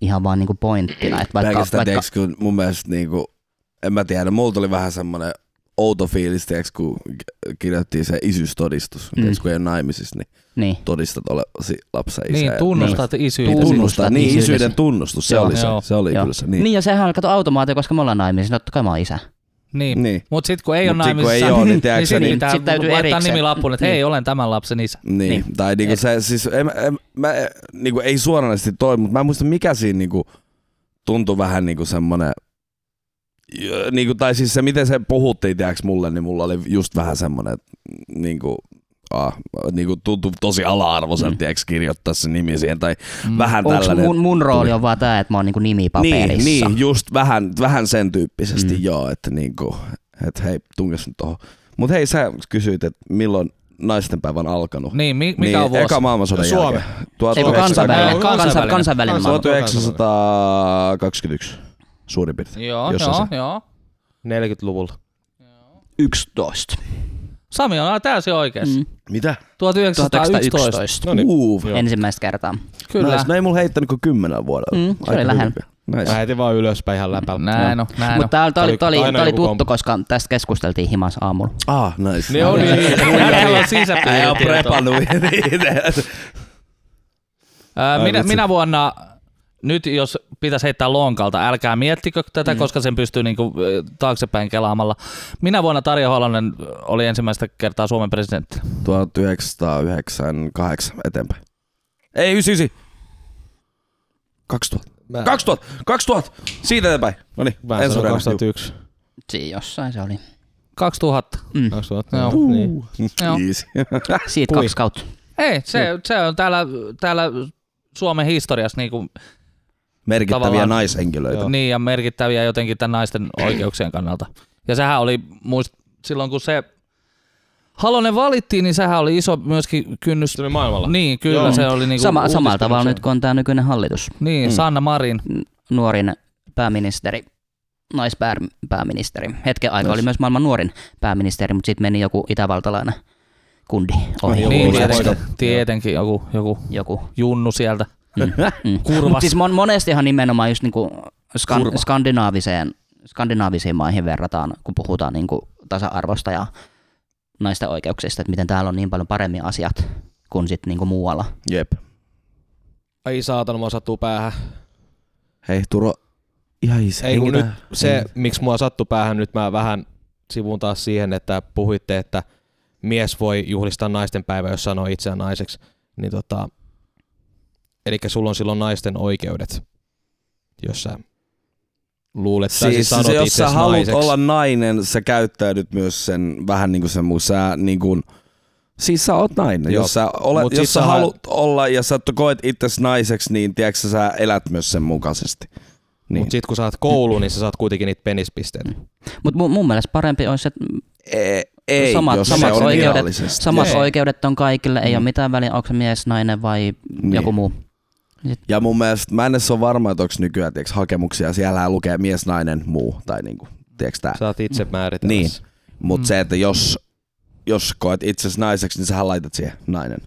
S3: Ihan vaan niin pointtina. Että vaikka, vaikka,
S5: Pelkästään niin tiiäks, kun mun mielestä niinku, en mä tiedä, mulla tuli vähän semmonen outo fiilis, tiiäks, kun k- kirjoitettiin se isyystodistus,
S3: Mm.
S5: mm. tiiäks, kun ei ole naimisissa, niin
S3: Niin.
S5: todistat olevasi lapsen isä.
S2: Niin,
S5: ja-
S2: tunnustat
S5: Niin,
S2: isyytesi.
S5: tunnustaa, niin,
S3: isyytesi.
S5: isyyden tunnustus, se
S3: Joo.
S5: oli se,
S2: Joo.
S5: se oli
S3: Joo.
S5: kyllä se.
S3: Niin.
S5: Niin,
S3: niin, ja sehän on kato automaatio, koska me ollaan naimisissa, niin totta kai mä oon isä.
S2: Niin.
S5: niin,
S2: Mut sit kun ei ole
S5: Mut sit kun
S2: naimisissa,
S5: ei oo, niin
S2: niin,
S5: tiedätkö sä,
S2: sit
S5: niin-
S2: pitää
S3: Sit täytyy
S2: laittaa
S3: erikseen.
S2: nimilappun, että hei, olen tämän lapsen isä.
S5: niin.
S3: Niin.
S5: niin. tai niinku se, siis en, en, mä, niinku, ei suoranaisesti toi, mutta mä en muista mikä siinä niinku, tuntui vähän niinku semmonen, Jö, niinku, tai siis se miten se puhuttiin tiiäks mulle, niin mulla oli just vähän semmonen, että niinku, ah, niinku, tuntui tosi ala-arvoiselta
S3: Mm.
S5: mm. tiiäks, kirjoittaa se nimi siihen, tai
S2: Mm.
S5: mm. vähän
S3: Onks
S5: tällainen.
S3: mun, mun rooli
S5: tuli.
S3: on vaan tää, että mä oon niinku nimi paperissa?
S5: Niin, niin just vähän, vähän sen tyyppisesti
S3: Mm.
S5: mm. joo, että niinku, et hei, tunkes nyt tohon. Mut hei, sä kysyit, että milloin naistenpäivä on alkanut.
S2: Niin, mi- mikä
S5: niin,
S2: on vuosi?
S5: Eka maailmansodan
S1: Suomi.
S5: jälkeen.
S3: Ei kun
S5: 1900
S3: kansainvälinen, kansainvälinen,
S2: Kansainvälinen.
S3: kansainvälinen maailma.
S5: 1921 suurin piirtein.
S2: Joo,
S5: Jos
S2: joo,
S5: on
S2: joo.
S1: 40-luvulla.
S3: 11.
S2: Sami on täysin oikeassa.
S3: Mm.
S5: Mitä?
S2: 1911.
S3: 1911.
S1: No niin.
S5: Uuf.
S1: Joo.
S3: Ensimmäistä kertaa.
S2: Kyllä.
S5: Nice. No ei mulla heittänyt kuin kymmenen vuodella.
S3: Mm, se oli
S5: Aika
S3: lähellä.
S5: hyvin. Nice.
S1: Mä heitin vaan ylöspäin ihan läpällä.
S2: Näin on, näin on.
S3: Mutta tää, tää, oli, tää, oli,
S1: Aina
S3: tää oli
S1: joku
S3: tuttu,
S1: komp-
S3: koska tästä keskusteltiin himas aamulla.
S5: Ah, nice.
S1: Ne on niin.
S2: Hänellä on
S5: Ei oo
S2: sisäpiiritietoa.
S5: prepannut. niitä.
S2: Ää,
S5: Ai
S2: minä,
S5: vitsi.
S2: minä vuonna, nyt jos pitäisi heittää lonkalta, älkää miettikö tätä, mm. koska sen pystyy niinku, ö, taaksepäin kelaamalla. Minä vuonna Tarja Holonen oli ensimmäistä kertaa Suomen presidentti.
S5: 1998 eteenpäin. Ei, 99. 2000.
S1: Mä-
S5: 2000! 2000! Siitä eteenpäin. No niin,
S1: Mä en
S5: ensi
S1: sanoin
S5: vuonna.
S1: 2001.
S3: Siinä jossain se oli.
S2: 2000.
S1: 2000.
S2: Joo.
S1: Joo. Niin.
S2: Joo.
S5: Easy.
S3: Siitä
S1: Ui. Niinku
S3: kaksi kautta.
S2: Ei, se, se on täällä, täällä Suomen historiassa niinku,
S5: Merkittäviä
S2: Tavallaan-
S5: Tavallaan. naishenkilöitä.
S2: niin, ja merkittäviä jotenkin tämän naisten oikeuksien kannalta. Ja sehän oli, muist, silloin kun se Halonen valittiin, niin sehän oli iso myöskin kynnys.
S1: Se oli maailmalla.
S2: Niin, kyllä
S1: Joo.
S2: se oli. Niinku
S3: Sama, samalla
S1: uutispalvelu
S3: tavalla
S1: se on.
S3: nyt kun on tämä nykyinen hallitus.
S2: Niin,
S5: Mm.
S2: Sanna Marin.
S3: Nuorin pääministeri, naispääministeri. Hetken aikaa oli myös maailman nuorin pääministeri, mutta sitten meni joku itävaltalainen kundi ohi.
S1: Joku
S2: Niin,
S1: uusi
S2: tietenkin,
S1: poika.
S2: tietenkin joku, joku
S3: Joku.
S2: junnu sieltä.
S3: Mm.
S2: Kurvas.
S3: Mut siis mon, monestihan nimenomaan just niinku skan,
S2: Kurva.
S3: skandinaaviseen, skandinaavisiin maihin verrataan, kun puhutaan niinku tasa-arvosta ja naisten oikeuksista, että miten täällä on niin paljon paremmin asiat kuin sitten niinku muualla.
S5: Jep.
S1: Ai saatana, mua sattuu päähän.
S5: Hei Turo, ihan isä.
S1: Ei kun nyt
S5: mitään. Niin.
S1: se, miksi mua sattuu päähän, nyt mä vähän sivuun taas siihen, että puhuitte, että mies voi juhlistaa naisten päivää, jos sanoo itseään naiseksi. Niin tota, eli sulla on silloin naisten oikeudet, jos sä luulet tai siis,
S5: Siis,
S1: sanot
S5: se, jos sä
S1: itsesi
S5: haluat
S1: naiseksi.
S5: olla nainen, sä käyttäydyt myös sen vähän niin kuin sen muun. Sä niin kuin, siis sä oot nainen.
S1: Joo.
S5: Jos sä, olet,
S1: Mut sit
S5: jos sä
S1: sä
S5: haluat olla ja sä koet itsesi naiseksi, niin tiedätkö sä, sä elät myös sen mukaisesti.
S1: Niin.
S5: Niin.
S1: Mutta sitten kun saat kouluun, niin sä saat kuitenkin niitä penispisteitä.
S3: Niin. Mutta mun, mun mielestä parempi olisi, että
S5: Ei, E, ei
S1: No
S3: Samat-
S5: jos
S3: samat
S5: se on
S3: oikeudet-
S5: virallisesti.
S3: samat
S1: Ei.
S3: oikeudet on kaikille, ei mm. ole mitään väliä, onko se mies, nainen vai niin.
S5: Niin.
S3: joku muu.
S5: Ja mun mielestä, mä en edes ole varma, että onko nykyään tiiäks, hakemuksia, siellä lukee mies, nainen, muu, tai niinku, tiiäks tää.
S1: Saat itse määritellä.
S5: Niin.
S1: se.
S5: Mut
S2: Mm.
S5: se, että jos, jos koet itsesi naiseksi, niin sähän laitat siihen nainen.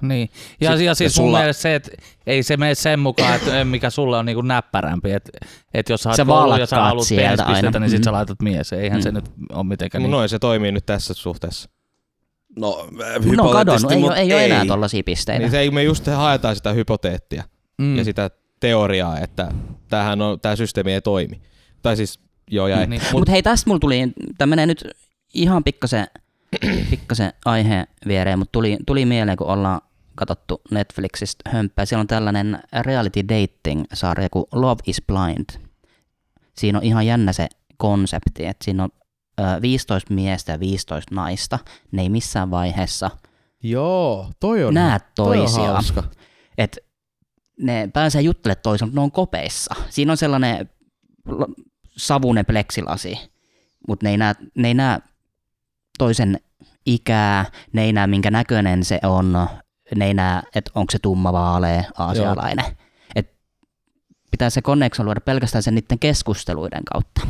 S2: Niin. Ja, ja siis
S5: ja
S2: mun
S5: sulla-
S2: mielestä se, että ei se mene sen mukaan, että mikä sulle on niinku näppärämpi. Että et jos sä
S3: Sä
S2: oot koulu ja sä
S3: valkkaat
S2: haluat
S3: sieltä
S2: penispisteitä,
S3: aina.
S2: niin sit sä
S3: Mm.
S2: laitat mies. Eihän
S3: Mm.
S2: se nyt ole mitenkään
S1: Niin.
S2: niin.
S1: Noin se toimii nyt tässä suhteessa.
S5: No, äh,
S3: Ne on kadonnut,
S5: hypoteettisesti,
S3: ei,
S5: mut
S3: ole, ei, ole enää tollaisia pisteitä.
S1: Niin
S3: Niin
S1: se, ei- me just haetaan sitä hypoteettia.
S2: Mm.
S1: mm. ja sitä teoriaa, että tämähän on, tämä systeemi ei toimi. Tai siis, joo ja ei.
S2: Niin.
S1: Niin.
S3: Mut hei, tästä mulla tuli, tämä menee nyt ihan pikkasen, pikkasen aiheen viereen, mutta tuli, tuli mieleen, kun ollaan katsottu Netflixistä hömppää. Siellä on tällainen reality dating-sarja kuin Love is Blind. Siinä on ihan jännä se konsepti, että siinä on ö, 15 miestä ja 15 naista. Ne ei missään vaiheessa
S1: Joo, toi
S3: näe toisiaan.
S1: hauska.
S3: Et ne pääsee juttelemaan toisella, mutta ne on kopeissa. Siinä on sellainen l- savunen pleksilasi, mutta ne ei näe, ne ei näe toisen ikää, ne ei näe minkä näköinen se on, ne ei näe, että onko se tumma vaalea aasialainen. Et pitää se connection luoda pelkästään sen niiden keskusteluiden kautta.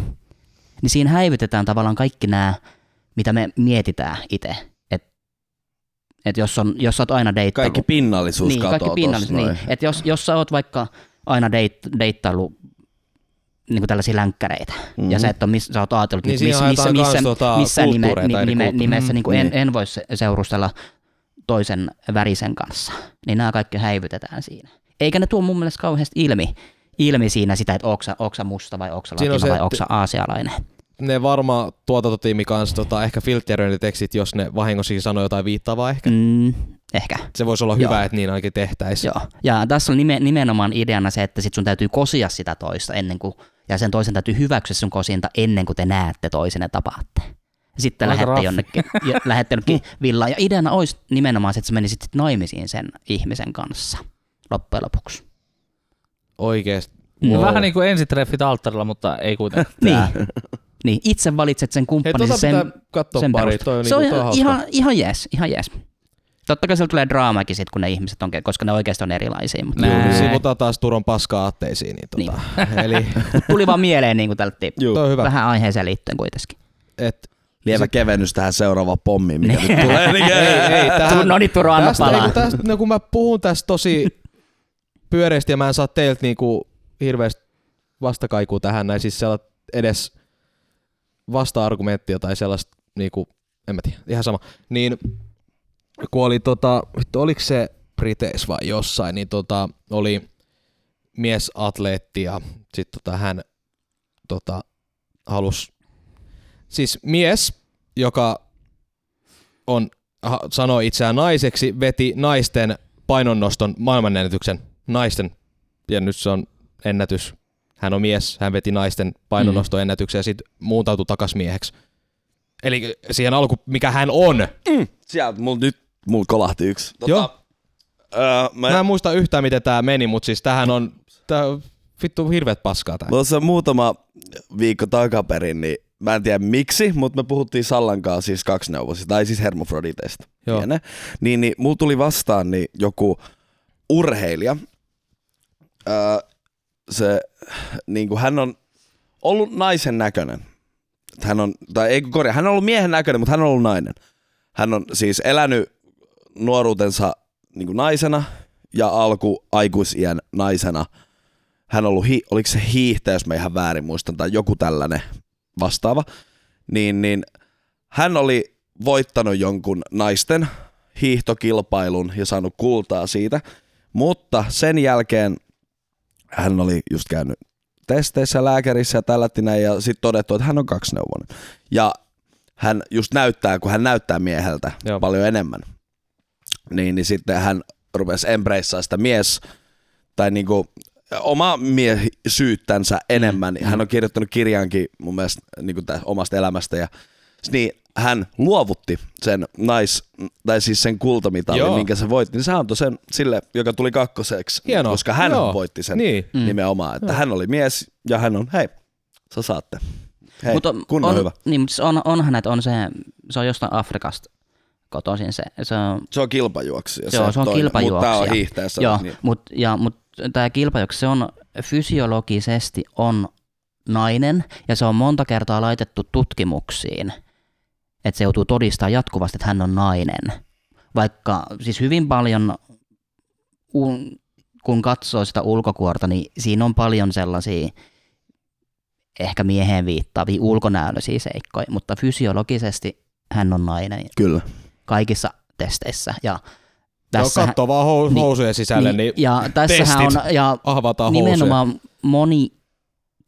S3: Niin siinä häivytetään tavallaan kaikki nämä, mitä me mietitään itse. Että et jos, on, jos sä oot aina deittailu
S5: Kaikki pinnallisuus
S3: niin,
S5: katoaa
S3: kaikki
S5: tossa
S3: pinnalliset. Niin.
S5: noin.
S3: Et jos, jos sä oot vaikka aina deit, deittailu niin kuin tällaisia länkkäreitä. Mm-hmm. Ja
S5: Mhm.
S3: sä et ole, miss, sä oot ajatellut,
S1: Niin
S3: miss,
S1: siinä
S3: missä, missä,
S1: haetaan kans
S3: missä,
S1: tota
S3: missä nime,
S1: kulttuureita
S3: ni-
S1: eri
S3: nime,
S1: kulttuureita.
S3: nimessä niin kuin en,
S5: Niin.
S3: en voi se- seurustella toisen värisen kanssa. Niin nämä kaikki häivytetään siinä. Eikä ne tuo mun mielestä kauheasti ilmi, ilmi siinä sitä, että ootko sä- ootko sä musta vai ootko sä
S1: Siinä on
S3: latina
S1: se,
S3: vai
S1: että-
S3: ootko sä aasialainen.
S1: Ne varma tuotantotiimi kanssa tota, ehkä filteröi ne tekstit, jos ne vahingossa sanoo jotain viittaavaa ehkä.
S3: Mm, ehkä.
S1: Se voisi olla
S3: Joo.
S1: hyvä, että niin ainakin tehtäisiin.
S3: Joo. Ja tässä on nime, nimenomaan ideana se, että sit sun täytyy kosia sitä toista ennen kuin, ja sen toisen täytyy hyväksyä sun kosinta ennen kuin te näette toisen ja tapaatte. Sitten
S2: Aika
S3: lähette
S2: raffi.
S3: jonnekin, ja, lähette jonnekin villaan. Ja ideana olisi nimenomaan se, että sä menisit sit naimisiin sen ihmisen kanssa loppujen lopuksi.
S1: Oikeesti.
S2: Wow.
S3: Mm.
S1: Wow.
S2: Vähän
S3: niinku
S2: niin kuin ensitreffit alttarilla, mutta ei kuitenkaan.
S3: Niin. niin. Itse valitset sen
S1: Hei,
S3: kumppanin
S1: tota
S3: sen,
S1: pitää katsoa
S3: sen
S1: pari. Toi
S3: perusteella.
S1: on,
S3: se on
S1: niinku, toi
S3: ihan,
S1: hauska.
S3: ihan, ihan jees, ihan jees. Totta kai siellä tulee draamakin sit, kun ne ihmiset on, koska ne oikeasti on erilaisia. Mutta
S2: Näin.
S1: Juu, Sivutaan taas Turon paskaa aatteisiin. Niin tota. Eli
S3: tuli vaan mieleen niin kuin tältä
S5: Juu.
S1: toi on hyvä.
S3: vähän aiheeseen liittyen kuitenkin.
S1: Et,
S5: Mm-hmm. Lievä kevennys tähän seuraava pommi, mikä nyt tulee. Niin
S1: ei, ei,
S3: Tähän, no niin, Turo, anna
S1: tästä, ei,
S3: palaa.
S1: kun, tästä, no, kun mä puhun tästä tosi pyöreästi ja mä en saa teiltä niinku hirveästi vastakaikua tähän näin, siis sellaista edes vasta-argumenttia tai sellaista niinku, en mä tiedä, ihan sama. Niin kun oli tota, vittu, oliko se Briteis vai jossain, niin tota, oli miesatleetti ja sitten tota, hän tota, halusi, siis mies, joka on ha- sanoi itseään naiseksi, veti naisten painonnoston maailmanennätyksen. Naisten, ja nyt se on ennätys. Hän on mies, hän veti naisten
S5: Mm.
S1: painonnostoennätyksen ja sitten muuntautui takas mieheksi. Eli siihen alku, mikä hän on.
S5: Sieltä mulla nyt mulla kolahti yksi. Tota,
S1: Joo.
S5: Öö, mä,
S1: Mä en muista yhtään, miten tämä meni, mutta siis tämähän on tää, on vittu hirveät paskaa tää.
S5: Tuossa muutama viikko takaperin, niin mä en tiedä miksi, mutta me puhuttiin Sallan kanssa siis kaksineuvosista, tai siis hermofroditeista.
S1: Joo.
S5: Tiedä. Niin, niin mulla tuli vastaan niin joku urheilija. Öö, se, niin kuin hän on ollut naisen näköinen. Hän on, tai ei kun korjaa, hän on ollut miehen näköinen, mutta hän on ollut nainen. Hän on siis elänyt nuoruutensa niin kuin naisena ja alku aikuisien naisena – hän on ollut, hi- oliko se hiihtäjä, jos mä ihan väärin muistan, tai joku tällainen vastaava, niin, niin hän oli voittanut jonkun naisten hiihtokilpailun ja saanut kultaa siitä, mutta sen jälkeen hän oli just käynyt testeissä lääkärissä ja tällätti näin, ja sitten todettu, että hän on kaksineuvonen. Ja hän just näyttää, kun hän näyttää mieheltä
S1: Joo.
S5: Joo. paljon enemmän, niin, niin sitten hän rupesi embraceaa sitä mies, tai niinku oma miehisyyttänsä enemmän. Mm. Hän on kirjoittanut kirjankin mun mielestä niin kuin omasta elämästä ja niin hän luovutti sen nais, tai siis sen kultamitalin,
S1: Joo.
S5: Joo. minkä se voitti, niin se antoi sen sille, joka tuli kakkoseksi,
S1: Hienoa.
S5: koska hän
S1: Joo.
S5: Joo. voitti sen
S1: Niin.
S5: niin.
S3: Mm.
S5: nimenomaan, että hän oli mies ja hän on, hei, sä saatte. Hei,
S3: Mut
S5: on, kunnon
S3: on,
S5: on, hyvä.
S3: Niin, mutta on, onhan, että on se, se on jostain Afrikasta kotoisin se, se on,
S5: Se on kilpajuoksija.
S3: Joo, se on
S5: Mutta tämä on
S3: kilpajuoksija.
S5: hiihtäessä.
S3: joo,
S5: Niin.
S3: mut, ja, mut tämä kilpajuoksu, se on fysiologisesti on nainen, ja se on monta kertaa laitettu tutkimuksiin, että se joutuu todistamaan jatkuvasti, että hän on nainen. Vaikka siis hyvin paljon, u- kun katsoo sitä ulkokuorta, niin siinä on paljon sellaisia ehkä mieheen viittaavia ulkonäöllisiä seikkoja, mutta fysiologisesti hän on nainen
S5: Kyllä.
S3: kaikissa testeissä. Ja
S1: Tässä
S3: tässähän-
S1: kattoo vaan hou-
S3: niin,
S1: housujen sisälle, niin, niin
S3: ja tässähän
S1: testit.
S3: on, ja
S1: ahvataan housuja.
S3: nimenomaan moni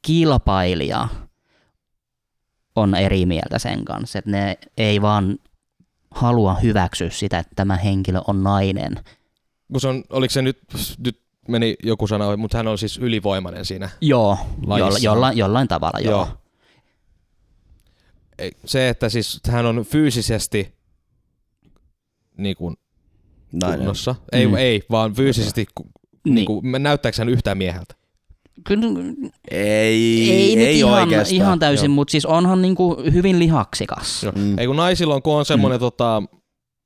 S3: kilpailija on eri mieltä sen kanssa, että ne ei vaan halua hyväksyä sitä, että tämä henkilö on nainen.
S1: Kun se on, oliko se nyt, nyt meni joku sana, mutta hän on siis ylivoimainen siinä.
S3: Joo, jolla,
S1: Lajissaan.
S3: jolla, jollain tavalla joo.
S1: Joo.
S3: joo.
S1: Ei, se, että siis hän on fyysisesti niin kuin
S5: Nainen.
S1: kunnossa. Ei,
S3: Mm.
S1: ei, vaan fyysisesti ku-
S3: Niin.
S1: niin. kuin, näyttääkö hän yhtään mieheltä?
S3: Kyllä,
S5: Ei,
S3: ei,
S5: ei,
S3: nyt ihan,
S5: oikeastaan.
S3: ihan
S1: Joo.
S3: täysin, mutta siis onhan niinku hyvin lihaksikas.
S1: Joo.
S5: Mm.
S1: Ei kun naisilla on, kun on
S3: Mm.
S1: semmoinen tota,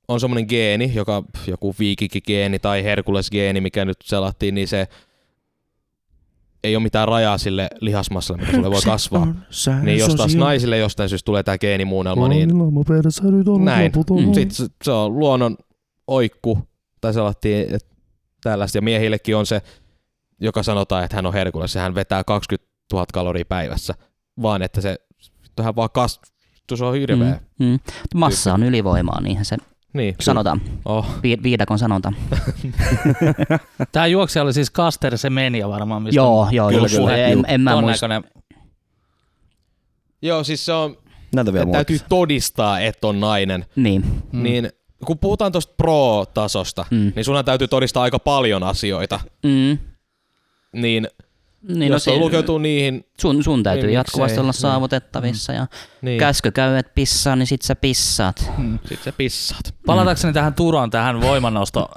S1: on semmoinen geeni, joka joku viikikigeeni tai herkulesgeeni, mikä nyt selattiin, niin se ei ole mitään rajaa sille lihasmassalle, mitä sulle voi kasvaa. Niin jos taas naisille jostain syystä tulee tämä geenimuunnelma, niin näin.
S3: Mm.
S1: Sitten se- se on luonnon oikku, tai selattiin että tällaista, ja miehillekin on se, joka sanotaan, että hän on Herkules, ja hän vetää 20 tuhat kaloria päivässä, vaan että se tähän vaan kastus on hirveä. Mm.
S3: Mm, mm. Massa on ylivoimaa, niinhän se
S1: Niin.
S3: sanotaan.
S1: Oh.
S3: Vi- viidakon sanonta.
S2: Tämä juoksija oli siis Kaster Semenya varmaan, mistä
S3: joo, joo,
S5: Kyllä,
S3: kyllä,
S5: kyllä.
S3: En, en mä
S2: ton
S3: muista.
S2: näköinen.
S1: Joo, siis se on,
S5: Näitä vielä
S1: että täytyy
S5: muotissa.
S1: todistaa, että on nainen.
S3: Niin.
S1: Mm. Niin kun puhutaan tuosta pro-tasosta, mm.
S3: Mm.
S1: niin sunhan täytyy todistaa aika paljon asioita.
S3: Mm.
S1: Niin, niin
S3: Niin,
S1: jos
S3: no,
S1: on
S3: si-
S1: lukeutuu niihin,
S3: sun, sun täytyy
S1: Niin,
S3: niin, jatkuvasti
S1: miksei.
S3: olla saavutettavissa ja
S1: niin Käs-
S3: käsky käy, että pissaa, niin sit sä pissaat.
S1: sit sä pissaat.
S2: Palatakseni tähän Turon, tähän voimanosto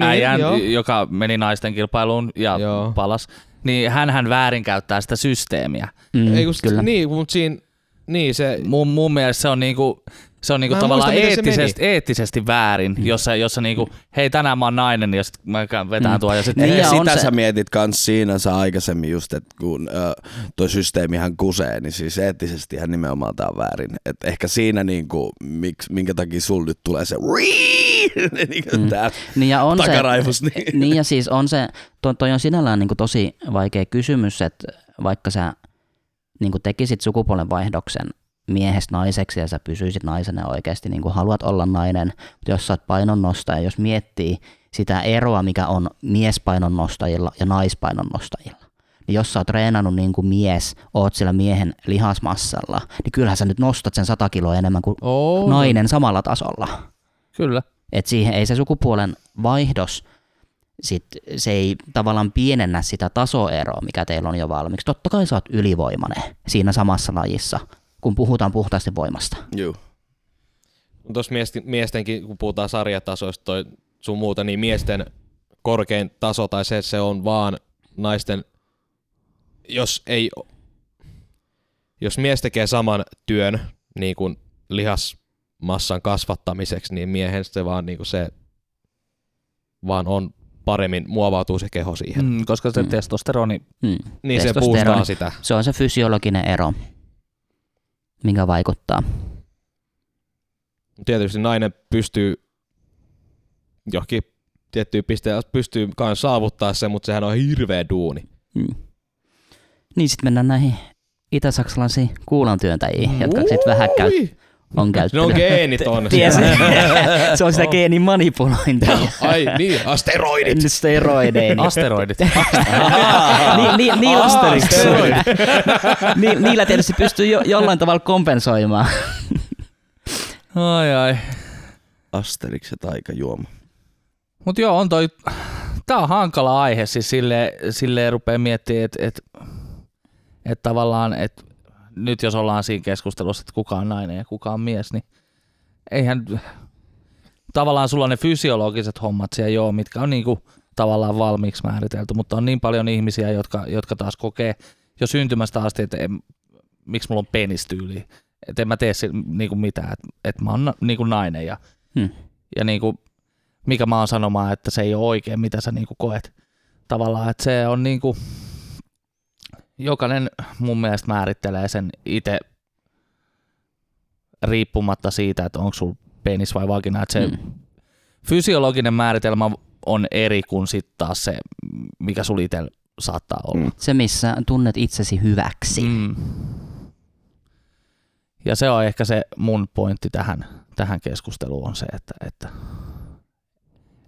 S2: äijään,
S1: Niin, joo.
S2: joka meni naisten kilpailuun ja
S1: Joo.
S2: joo. palas, niin hän väärinkäyttää sitä systeemiä.
S3: Mm,
S1: Ei, kun,
S3: kyllä.
S1: Niin, mutta siinä, niin se,
S2: Mun, mun mielestä se on niinku, se on niinku
S1: Mä en
S2: tavallaan
S1: muista, miten se Mm.
S2: eettisesti, eettisesti väärin, jossa, jossa niinku, hei tänään mä oon nainen ja sit mä käyn
S1: Mm.
S2: vetään tuon ja sit
S3: Niin,
S5: Niin
S3: ja on
S5: sitä
S3: se-
S5: sä mietit kans siinä sä aikaisemmin just, että kun ö, toi systeemihän kusee, niin siis eettisesti ihan nimenomaan tää on väärin. Et ehkä siinä niinku, mik, minkä takia sul nyt tulee se niinku mm. tää
S3: Niin ja on
S5: takaraivos.
S3: se,
S5: Niin.
S3: niin ja siis on se, toi, toi on sinällään niin tosi vaikea kysymys, että vaikka sä niin tekisit sukupuolen vaihdoksen miehestä naiseksi ja sä pysyisit naisena ja oikeasti niin haluat olla nainen, mutta jos sä oot painonnostaja, jos miettii sitä eroa, mikä on miespainonnostajilla ja naispainonnostajilla, niin jos sä oot treenannut niin kuin mies, oot sillä miehen lihasmassalla, niin kyllähän sä nyt nostat sen 100 kiloa enemmän kuin
S2: Oh,
S3: nainen samalla tasolla.
S2: Kyllä.
S3: Et siihen ei se sukupuolen vaihdos, sit, se ei tavallaan pienennä sitä tasoeroa, mikä teillä on jo valmiiksi. Totta kai sä oot ylivoimainen siinä samassa lajissa, kun puhutaan puhtaasti voimasta.
S5: Juu.
S1: tuossa miestenkin, kun puhutaan sarjatasoista toi sun muuta, niin miesten korkein taso tai se, että se on vaan naisten, jos ei, jos mies tekee saman työn niin kuin lihasmassan kasvattamiseksi, niin miehen se vaan niin kuin se vaan on paremmin, muovautuu se keho siihen. Mm,
S2: Mm, koska se
S3: Mm.
S2: testosteroni
S3: Mm.
S1: niin se
S3: testosteroni.
S1: puustaa sitä.
S3: Se on se fysiologinen ero, mikä vaikuttaa.
S1: tietysti nainen pystyy johonkin tiettyyn pisteeseen pystyy myös saavuttaa sen, mutta sehän on hirveä duuni.
S3: Mm. Niin sitten mennään näihin itä-saksalaisiin kuulantyöntäjiin, jotka sitten vähän käy, on
S1: Ne on
S3: käyttänyt.
S1: No geenit on.
S3: Tiesin.
S1: siellä.
S3: se on sitä geenimanipulointia.
S1: Ai niin, asteroidit.
S3: Steroideja.
S2: Asteroidit.
S3: Ni- ni- niillä,
S1: Asterix.
S3: Asterix. Ni- niillä tietysti pystyy jo, jollain tavalla kompensoimaan.
S2: ai ai.
S5: Asterikset aikajuoma.
S2: Mut joo, on toi, tää on hankala aihe, siis silleen, silleen rupeaa miettimään, että et, et tavallaan, että nyt jos ollaan siinä keskustelussa, että kuka on nainen ja kuka on mies, niin eihän tavallaan sulla on ne fysiologiset hommat siellä joo, mitkä on niinku tavallaan valmiiksi määritelty, mutta on niin paljon ihmisiä, jotka, jotka taas kokee jo syntymästä asti, että en, miksi mulla on penistyyli, että en mä tee sille niinku mitään, että et mä oon na, niinku nainen ja,
S3: Hmm.
S2: ja niinku, mikä mä oon sanomaan, että se ei ole oikein, mitä sä niinku koet. Tavallaan, että se on niinku, jokainen mun mielestä määrittelee sen itse riippumatta siitä, että onko sulla penis vai vagina. Että se
S3: Mm.
S2: fysiologinen määritelmä on eri kuin sitten taas se, mikä sulla itsellä saattaa olla.
S3: Se, missä tunnet itsesi hyväksi. Mm.
S2: Mm. Ja se on ehkä se mun pointti tähän, tähän keskusteluun on se, että, että,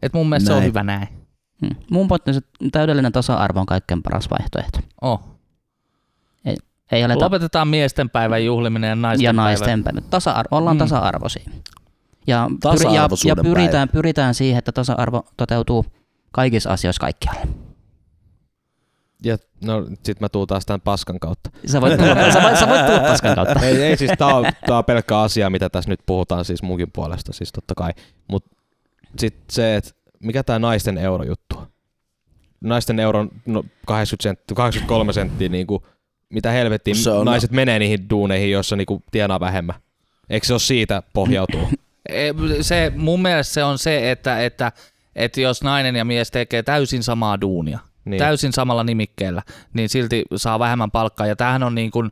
S2: että mun mielestä näin. se on
S5: Näin.
S2: hyvä näin.
S3: Mm. Mun pointti on se että täydellinen tasa-arvo on kaikkein paras vaihtoehto.
S2: Oh.
S3: Ei ole ta-
S2: Lopetetaan miesten päivän juhliminen ja naisten,
S3: Oh. ja
S2: päivän.
S3: naisten päivä. Tasa-arvo, ollaan
S2: Mm.
S3: mm. tasa-arvoisia. Ja, pyri- ja, ja
S5: Tasa-arvoisuuden
S3: pyritään, pyritään siihen, että tasa-arvo toteutuu kaikissa asioissa kaikkialla.
S1: Ja no, sit mä tuun taas tämän paskan kautta.
S3: Sä voit tulla, sä voit, sä voit tulla paskan kautta.
S1: Ei, ei siis tää on, tää on pelkkä asia, mitä tässä nyt puhutaan siis munkin puolesta, siis totta kai. Mut sit se, että mikä tää naisten eurojuttu on? Naisten euron no, 80 sentti, 83 senttiä, niinku, mitä helvettiin
S5: Se on-
S1: naiset menee niihin duuneihin, joissa niinku tienaa vähemmän. Eikö se ole siitä pohjautuu?
S2: Ei, E, Se, mun mielestä se on se, että, että, että jos nainen ja mies tekee täysin samaa duunia,
S1: Niin.
S2: niin. täysin samalla nimikkeellä, niin silti saa vähemmän palkkaa. Ja tämähän on niin kuin,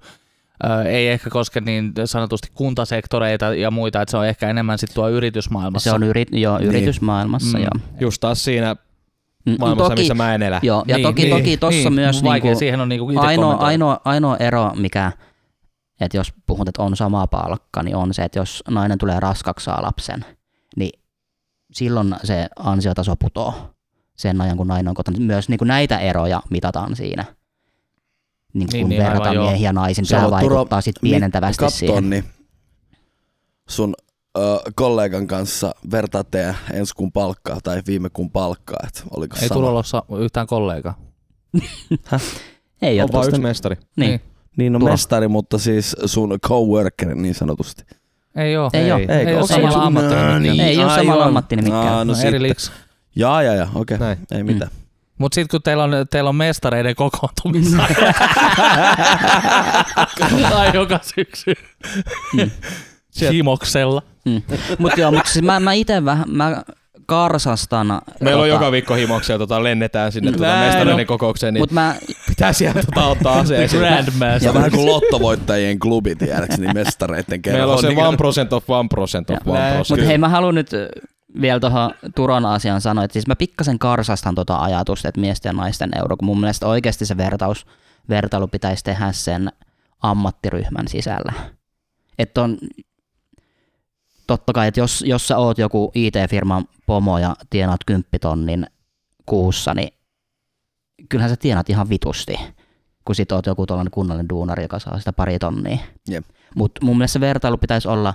S2: ö, ei ehkä koske niin sanotusti kuntasektoreita ja muita, että se on ehkä enemmän sitten tuo yritysmaailmassa.
S3: Niin. Se on yri- joo, yritysmaailmassa.
S2: Mm.
S3: Joo.
S1: Just taas siinä
S3: Mm,
S1: maailmassa, toki, missä mä en elä.
S3: Joo, ja
S2: Niin,
S3: niin, toki,
S2: niin,
S3: niin, toki tossa
S2: niin,
S3: niin, myös
S2: mun vaikea
S3: niinku,
S2: siihen on niinku itse
S3: ainoa,
S2: kommentoida.
S3: ainoa, ainoa ero, mikä, että jos puhut, että on sama palkka, niin on se, että jos nainen tulee raskaksi saa lapsen, niin silloin se ansiotaso putoaa sen ajan, kun nainen on kotona. Myös niin kuin näitä eroja mitataan siinä. Niin,
S2: Niin,
S3: kun
S2: niin,
S3: niin, verrataan
S2: aivan, joo.
S3: miehiä ja naisiin,
S5: Sä
S3: tämä
S5: voit, Turo,
S3: vaikuttaa sitten pienentävästi
S5: Kattoon,
S3: siihen.
S5: niin sun ö, kollegan kanssa vertaa teidän ensi kuun palkkaa tai viime kuun palkkaa, että oliko
S2: Ei
S5: sama.
S2: tulolossa yhtään kollegaa.
S3: Ei
S1: On vaan
S3: ole
S1: yksi mestari.
S3: niin.
S5: Niin, no
S3: Tuo.
S5: mestari, mutta siis sun coworker niin sanotusti.
S2: Ei oo.
S3: Ei oo.
S1: Ei.
S2: Ei
S5: Eikö?
S2: oo
S5: Onko
S2: samalla
S5: sun-
S2: ammattinimikkeellä.
S5: No niin,
S3: Ei ole
S5: aivan.
S3: samalla ammattinimikkeen.
S5: Aa, No,
S2: No, eri
S5: sitten.
S2: liiks.
S5: Jaa, jaa, jaa, okei.
S1: Näin. Mm.
S5: Ei mitään.
S2: Mut sit kun teillä on, teillä on mestareiden kokoontumissa
S3: Mm.
S2: tai joka syksy himoksella.
S3: Mutta Mm. joo, mutta siis mä, mä itse vähän, mä karsastan.
S1: Meillä on
S3: tota,
S1: joka viikko himoksia, tota, lennetään sinne tota
S2: Näin
S1: mestareiden
S2: on.
S1: kokoukseen, niin
S3: Mut mä,
S1: pitää siellä tota, ottaa asia
S2: The
S1: esiin.
S5: Se
S2: Grandmaster.
S5: on vähän kuin lottovoittajien klubi, tiedäks, niin mestareiden kerran.
S1: Meillä on se 1 percent of 1 percent of 1
S2: Näin.
S1: percent.
S3: Mutta hei, mä haluan nyt ö, vielä tuohon Turon asiaan sanoa, että siis mä pikkasen karsastan tota ajatusta, että miesten ja naisten euro, kun mun mielestä oikeasti se vertaus, vertailu pitäisi tehdä sen ammattiryhmän sisällä. Että on, totta kai, että jos, jos sä oot joku IT-firman pomo ja tienaat 10 tonnin kuussa, niin kyllähän sä tienaat ihan vitusti, kun sit oot joku tuollainen kunnallinen duunari, joka saa sitä pari tonnia.
S5: Jep.
S3: Mutta mun mielestä se vertailu pitäisi olla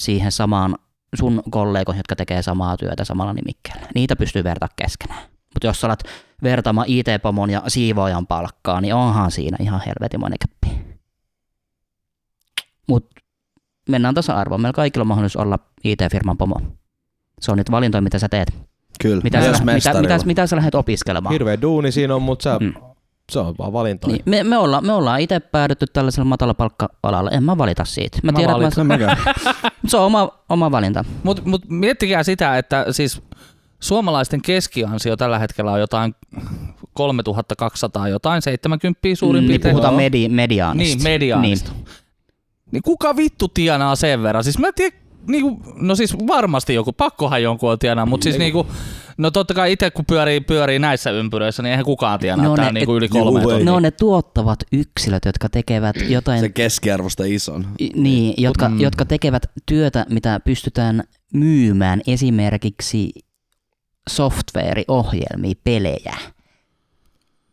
S3: siihen samaan sun kollegoihin, jotka tekee samaa työtä samalla nimikkeellä. Niitä pystyy vertaa keskenään. Mutta jos sä alat vertaamaan IT-pomon ja siivoojan palkkaa, niin onhan siinä ihan helvetimoinen käppi. Mutta mennään tasa-arvoon. Meillä kaikilla on mahdollisuus olla IT-firman pomo. Se on nyt valintoja, mitä sä teet.
S5: Kyllä.
S3: Mitä,
S5: Myös
S3: sä, mitä,
S5: mestarilla.
S3: mitä, mitä sä lähdet opiskelemaan.
S1: Hirveä duuni siinä on, mutta sä,
S3: Mm.
S1: se on vaan valinta.
S3: Niin, me, me, olla, me ollaan itse päädytty tällaisella matalapalkka-alalla. En mä valita siitä. Mä,
S2: Mä
S3: tiedän, että
S2: valitan.
S3: mä, se on oma, oma valinta.
S2: Mut, mut miettikää sitä, että siis suomalaisten keskiansio tällä hetkellä on jotain 3200 jotain, 70 suurin
S3: niin
S2: piirtein.
S3: puhutaan medi, mediaanista.
S2: Niin, mediaanista.
S3: Niin.
S2: Niin kuka vittu tienaa sen verran? Siis mä en tiedä, niinku, no siis varmasti joku, pakkohan jonkun on tienaa, mutta siis niinku, no totta kai itse kun pyörii, pyörii näissä ympyröissä, niin eihän kukaan tienaa
S3: No
S2: no, tää
S3: ne-
S2: niinku yli
S5: Juu,
S2: kolme
S5: ei.
S3: Ne on ne tuottavat yksilöt, jotka tekevät jotain,
S5: Se keskiarvosta ison.
S3: i- niin, jotka,
S2: Mm.
S3: jotka tekevät työtä, mitä pystytään myymään esimerkiksi softwareohjelmia, pelejä.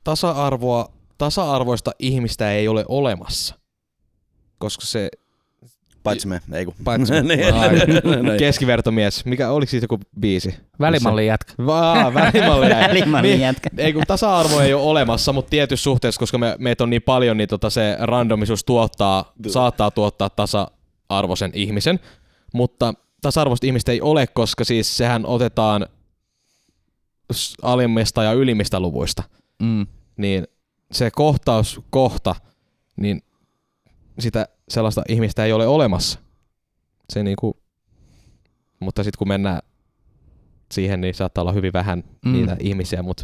S1: Tasa-arvoa, tasa-arvoista ihmistä ei ole olemassa. Koska se
S5: Paitsi me, ei kun.
S1: paitsi
S5: Niin.
S1: Ai,
S5: Niin.
S1: keskivertomies, mikä oliko siitä joku biisi?
S2: Välimallin jätkä.
S1: Vaan, välimalli jäi.
S3: Välimallin niin jätkä.
S1: Ei kun tasa-arvo ei ole olemassa, mutta tietyssä suhteessa, koska me, meitä on niin paljon, niin tota se randomisuus tuottaa, saattaa tuottaa tasa-arvoisen ihmisen. Mutta tasa-arvoista ihmistä ei ole, koska siis sehän otetaan s- alimmista ja ylimmistä luvuista.
S2: Mm.
S1: Niin se kohtauskohta, niin sitä sellaista ihmistä ei ole olemassa. Se niinku, mutta sitten kun mennään siihen, niin saattaa olla hyvin vähän
S2: Mm.
S1: mm. niitä ihmisiä, mutta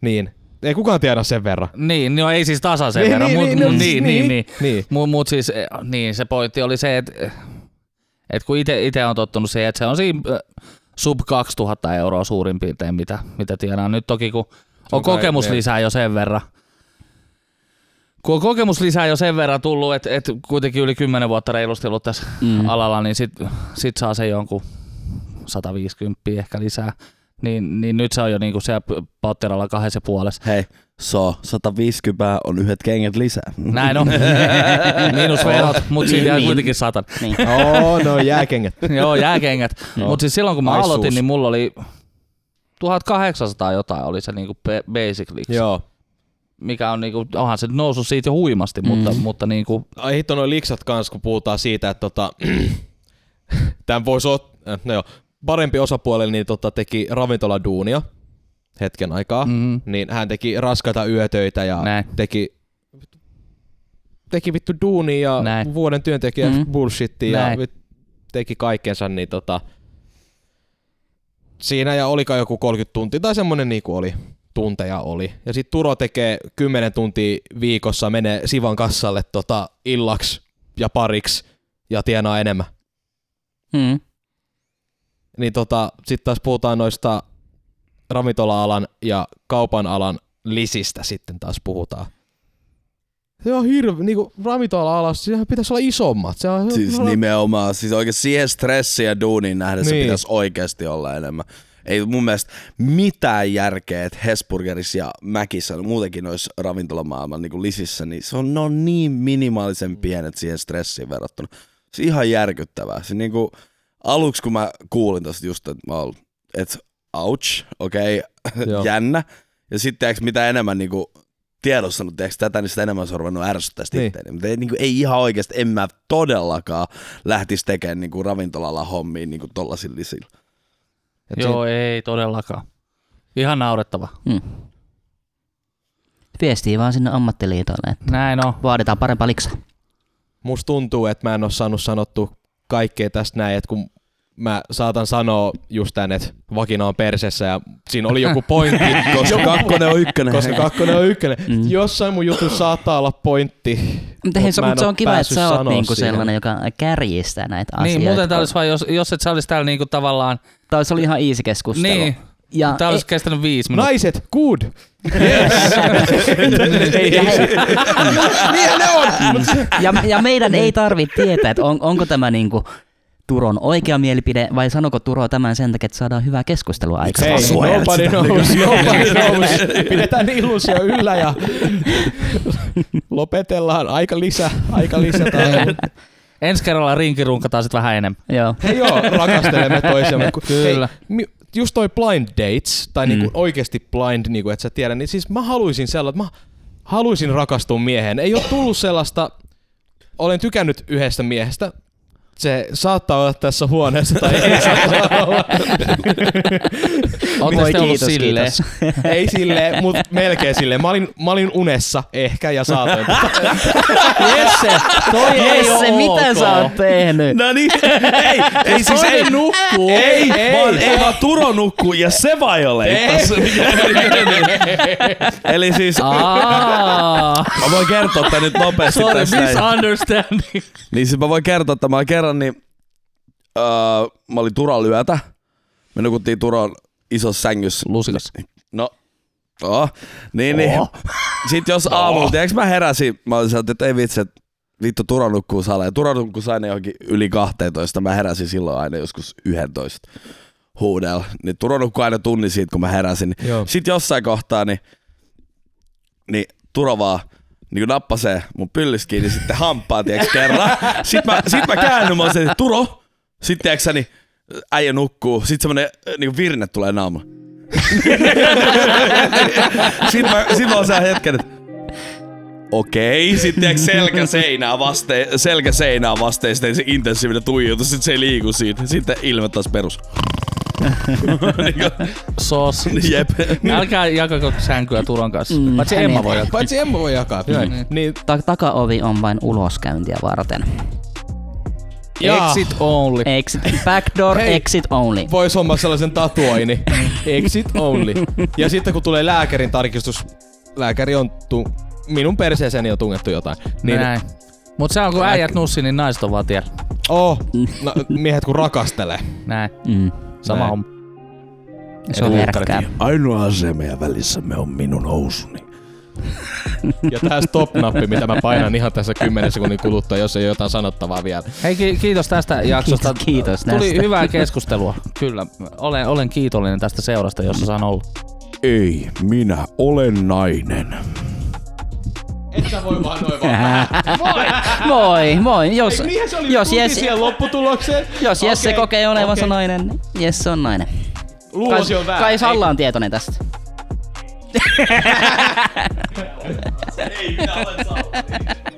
S1: niin. Ei kukaan tiedä sen verran.
S2: Niin, no ei siis tasaisen
S1: Niin,
S2: verran,
S1: niin,
S2: mut,
S1: niin,
S2: mut,
S1: no,
S2: niin,
S1: niin.
S2: niin, niin.
S1: Niin.
S2: Mut, mut siis, eh, niin se pointti oli se, että et kun itse on tottunut siihen, että se on siinä eh, sub 2000 euroa suurin piirtein, mitä, mitä tienaa. Nyt toki kun on
S1: kai-
S2: kokemus
S1: niin.
S2: lisää jo sen verran, kun on kokemus lisää jo sen verran tullut, että et kuitenkin yli 10 vuotta reilusti ollut tässä mm. alalla, niin sit, sit saa se jonkun 150 ehkä lisää. Niin, niin nyt se on jo niinku siellä patteralla kahdessa puolessa.
S5: Hei, so, 150 on yhdet kengät lisää.
S2: Näin on. Miinus verot, mutta siitä jää
S3: Niin.
S2: kuitenkin satan.
S3: Niin.
S1: Oo, no jääkengät.
S2: Joo, jääkengät. No.
S1: No.
S2: Mutta siis silloin kun mä
S1: Ai
S2: aloitin,
S1: suus.
S2: niin mulla oli 1800 jotain oli se niinku pe- basic leaks,
S1: Joo.
S2: mikä on niinku, onhan se noussut siitä jo huimasti, mm. mutta, mutta niinku,
S1: Ai hitto noi liksat kans, kun puhutaan siitä, että tota, tämän voisi ottaa, no joo, parempi osapuoli niin tota, teki ravintoladuunia hetken aikaa,
S2: Mhm.
S1: mm-hmm. niin hän teki raskaita yötöitä ja
S2: Näin.
S1: teki teki vittu duunia ja
S2: Näin.
S1: Näin. vuoden työntekijä
S3: Mhm.
S1: mm-hmm. bullshittia ja
S2: Näin.
S1: vit- teki kaikkensa, niin tota, siinä ja olikaan joku 30 tuntia tai semmonen niinku oli tunteja oli. Ja sitten Turo tekee 10 tuntia viikossa, menee Sivan kassalle tota illaksi ja pariksi ja tienaa enemmän.
S3: Mm.
S1: Niin tota, sitten taas puhutaan noista ravintola-alan ja kaupan alan lisistä sitten taas puhutaan. Se on hirveä, niinku ravintola-alassa, sehän pitäisi olla isommat. Se on,
S5: Siis nimenomaan, siis oikein siihen stressiä duuniin nähdessä
S1: Niin.
S5: niin. pitäisi oikeasti olla enemmän. Ei mun mielestä mitään järkeä, että Hesburgerissa ja Mäkissä, no muutenkin noissa ravintolamaailman niin lisissä, niin se on, ne on niin minimaalisen pienet siihen stressiin verrattuna. Se on ihan järkyttävää. Se niin kuin, aluksi kun mä kuulin tästä just, että mä oon, että ouch, okei,
S1: Joo.
S5: okay, jännä. Ja sitten tiiäks, mitä enemmän niin kuin, tiedostanut tiiäks, tätä, niin sitä enemmän se on ruvennut ärsyttää sitä
S1: Niin.
S5: niin. itseäni. Mutta ei, niin kuin, ei ihan oikeasti, en mä todellakaan lähtisi tekemään niin kuin, ravintolalla hommiin niin kuin, tollasilla lisillä.
S1: Et se-
S2: Joo, ei todellakaan. Ihan naurettava.
S3: Hmm. Viestii vaan sinne ammattiliitolle, että
S2: Näin on.
S3: vaaditaan parempaa liksaa.
S1: musta tuntuu, että mä en ole saanut sanottua kaikkea tästä näin, että kun mä saatan sanoa just tän, että vakina on persessä ja siinä oli joku pointti,
S5: Koska kakkonen on ykkönen.
S1: koska kakkonen on ykkönen.
S3: Mm.
S1: Jossain mun jutu saattaa olla pointti.
S3: Mutta hei,
S1: Mut
S3: se,
S1: mä en
S3: mut se
S1: oo
S3: on kiva, että
S1: päässyt
S3: sä oot
S1: sanoa
S3: niinku
S1: siihen.
S3: sellainen, joka kärjistää näitä
S2: Niin,
S3: asioita.
S2: muuten tämä olisi vaan, jos, jos et sä olisi täällä niinku tavallaan...
S3: Tää olisi ollut ihan easy keskustelu.
S2: Niin,
S3: Ja,
S2: tää olisi kestänyt viisi minuuttia.
S1: Naiset, good! Yes!
S3: ja, hei,
S5: Niin ne on!
S3: ja, ja meidän ei tarvitse tietää, että on, onko tämä niinku Turon oikea mielipide vai sanoko Turo tämän sen takia, että saadaan hyvää keskustelua aikaan.
S1: Hei,
S5: Sä suojelet
S1: nobody
S5: sitä.
S1: knows, nobody knows. Pidetään illuusio yllä ja lopetellaan. Aika lisä, aika lisä. tää.
S2: Ensi kerralla rinkirunkataan sit vähän enemmän.
S3: Joo.
S1: Hei joo, rakastelemme toisiamme. Ku-
S2: Kyllä.
S1: Hei, mi- just toi blind dates, tai niinku oikeasti blind, niinku, että sä tiedä, niin siis mä haluaisin sellaista, mä haluaisin rakastua mieheen. Ei ole tullut sellaista, olen tykännyt yhdestä miehestä, se saattaa olla tässä huoneessa tai ei saattaa olla.
S2: Ootte
S3: Voi,
S2: te ollut
S3: kiitos,
S2: silleen?
S3: kiitos.
S1: Ei silleen, mutta melkein silleen. Mä olin, mä olin unessa ehkä ja saatoin.
S2: Jesse, toi ei oo
S3: Jesse, mitä
S2: ok.
S3: sä oot tehnyt?
S5: No niin, ei, ei siis ei,
S1: nukkuu.
S5: ei, ei, vaan,
S1: ei.
S5: ei, vaan Turo nukkuu ja se violeittas. Eli siis,
S2: Aa,
S5: mä voin kertoa tän nyt nopeasti
S2: sorry,
S5: tässä. näin.
S2: misunderstanding.
S5: Niin siis mä voin kertoa, että mä kerran, niin öö, mä olin Turan lyötä. Me nukuttiin Turon isossa sängyssä.
S2: Lusikas.
S5: No, oh. niin, niin. Sitten jos aamulla, tiedätkö mä heräsin, mä olin sieltä, että ei vitsi, että vittu Tura nukkuu saleen. Tura nukkuu aina johonkin yli 12, mä heräsin silloin aina joskus 11 huudella. Niin Tura nukkuu aina tunni siitä, kun mä heräsin.
S1: Joo.
S5: Sitten jossain kohtaa, niin, niin Tura vaan niin nappasee mun pyllistä kiinni sitten hampaa, tiedätkö, kerran. Sitten mä, sit mä käännyn, mä oon se, että Turo, sitten tiedätkö, sä, niin äijä nukkuu, sitten semmonen äh, niin virne tulee naamulla. Sitten mä, sit mä oon siellä hetken, että okei, sitten tiedätkö selkä seinää vasten, selkä seinää vasten, sitten se intensiivinen tuijotus, sitten se ei liiku siitä, sitten ilme taas perus. Niin
S2: Sos.
S5: kuin, Jep.
S2: Älkää jakako sänkyä Turon kanssa.
S3: Mm,
S2: Paitsi
S3: hän
S2: Emma
S3: ei-
S2: voi jakaa.
S1: Paitsi Emma voi jakaa. Mm. Niin,
S3: Ta- takaovi on vain uloskäyntiä varten.
S1: jaa,
S2: Exit only.
S3: Exit, backdoor,
S1: Hei.
S3: exit only.
S1: Vois hommaa sellaisen tatuoini. Exit only. Ja sitten kun tulee lääkärin tarkistus, lääkäri on tu- minun perseeseeni on tungettu jotain. Niin,
S2: Niin. Näin. Mut se on kun äijät nussi, niin naiset on vaan tiellä.
S1: oh, no, miehet kun rakastelee.
S2: Näin.
S3: Mm.
S2: Sama
S1: Näin.
S2: homma.
S3: Se on herkkää.
S5: Ainoa asia meidän välissämme on minun housuni.
S1: Ja tää stop-nappi, mitä mä painan ihan tässä 10 sekunnin kuluttua, jos ei ole jotain sanottavaa vielä.
S2: Hei, ki- kiitos tästä jaksosta.
S3: Kiitos- kiitos
S2: Tuli
S3: tästä.
S2: hyvää keskustelua. Kyllä. Olen, olen kiitollinen tästä seurasta, jossa saan olla.
S5: Ei, minä olen nainen.
S1: Et sä voi vaan noin vaan.
S3: Moi, moi. Jos,
S1: Niinhän se oli
S3: jos,
S1: Jos
S3: Jesse,
S1: siihen lopputulokseen.
S3: jos Jesse
S1: Okei,
S3: kokee olevansa
S1: okei.
S3: nainen, niin Jesse on nainen.
S1: Luulosi on väärä.
S3: kai Salla on tietoinen tästä.
S5: Ei, minä olen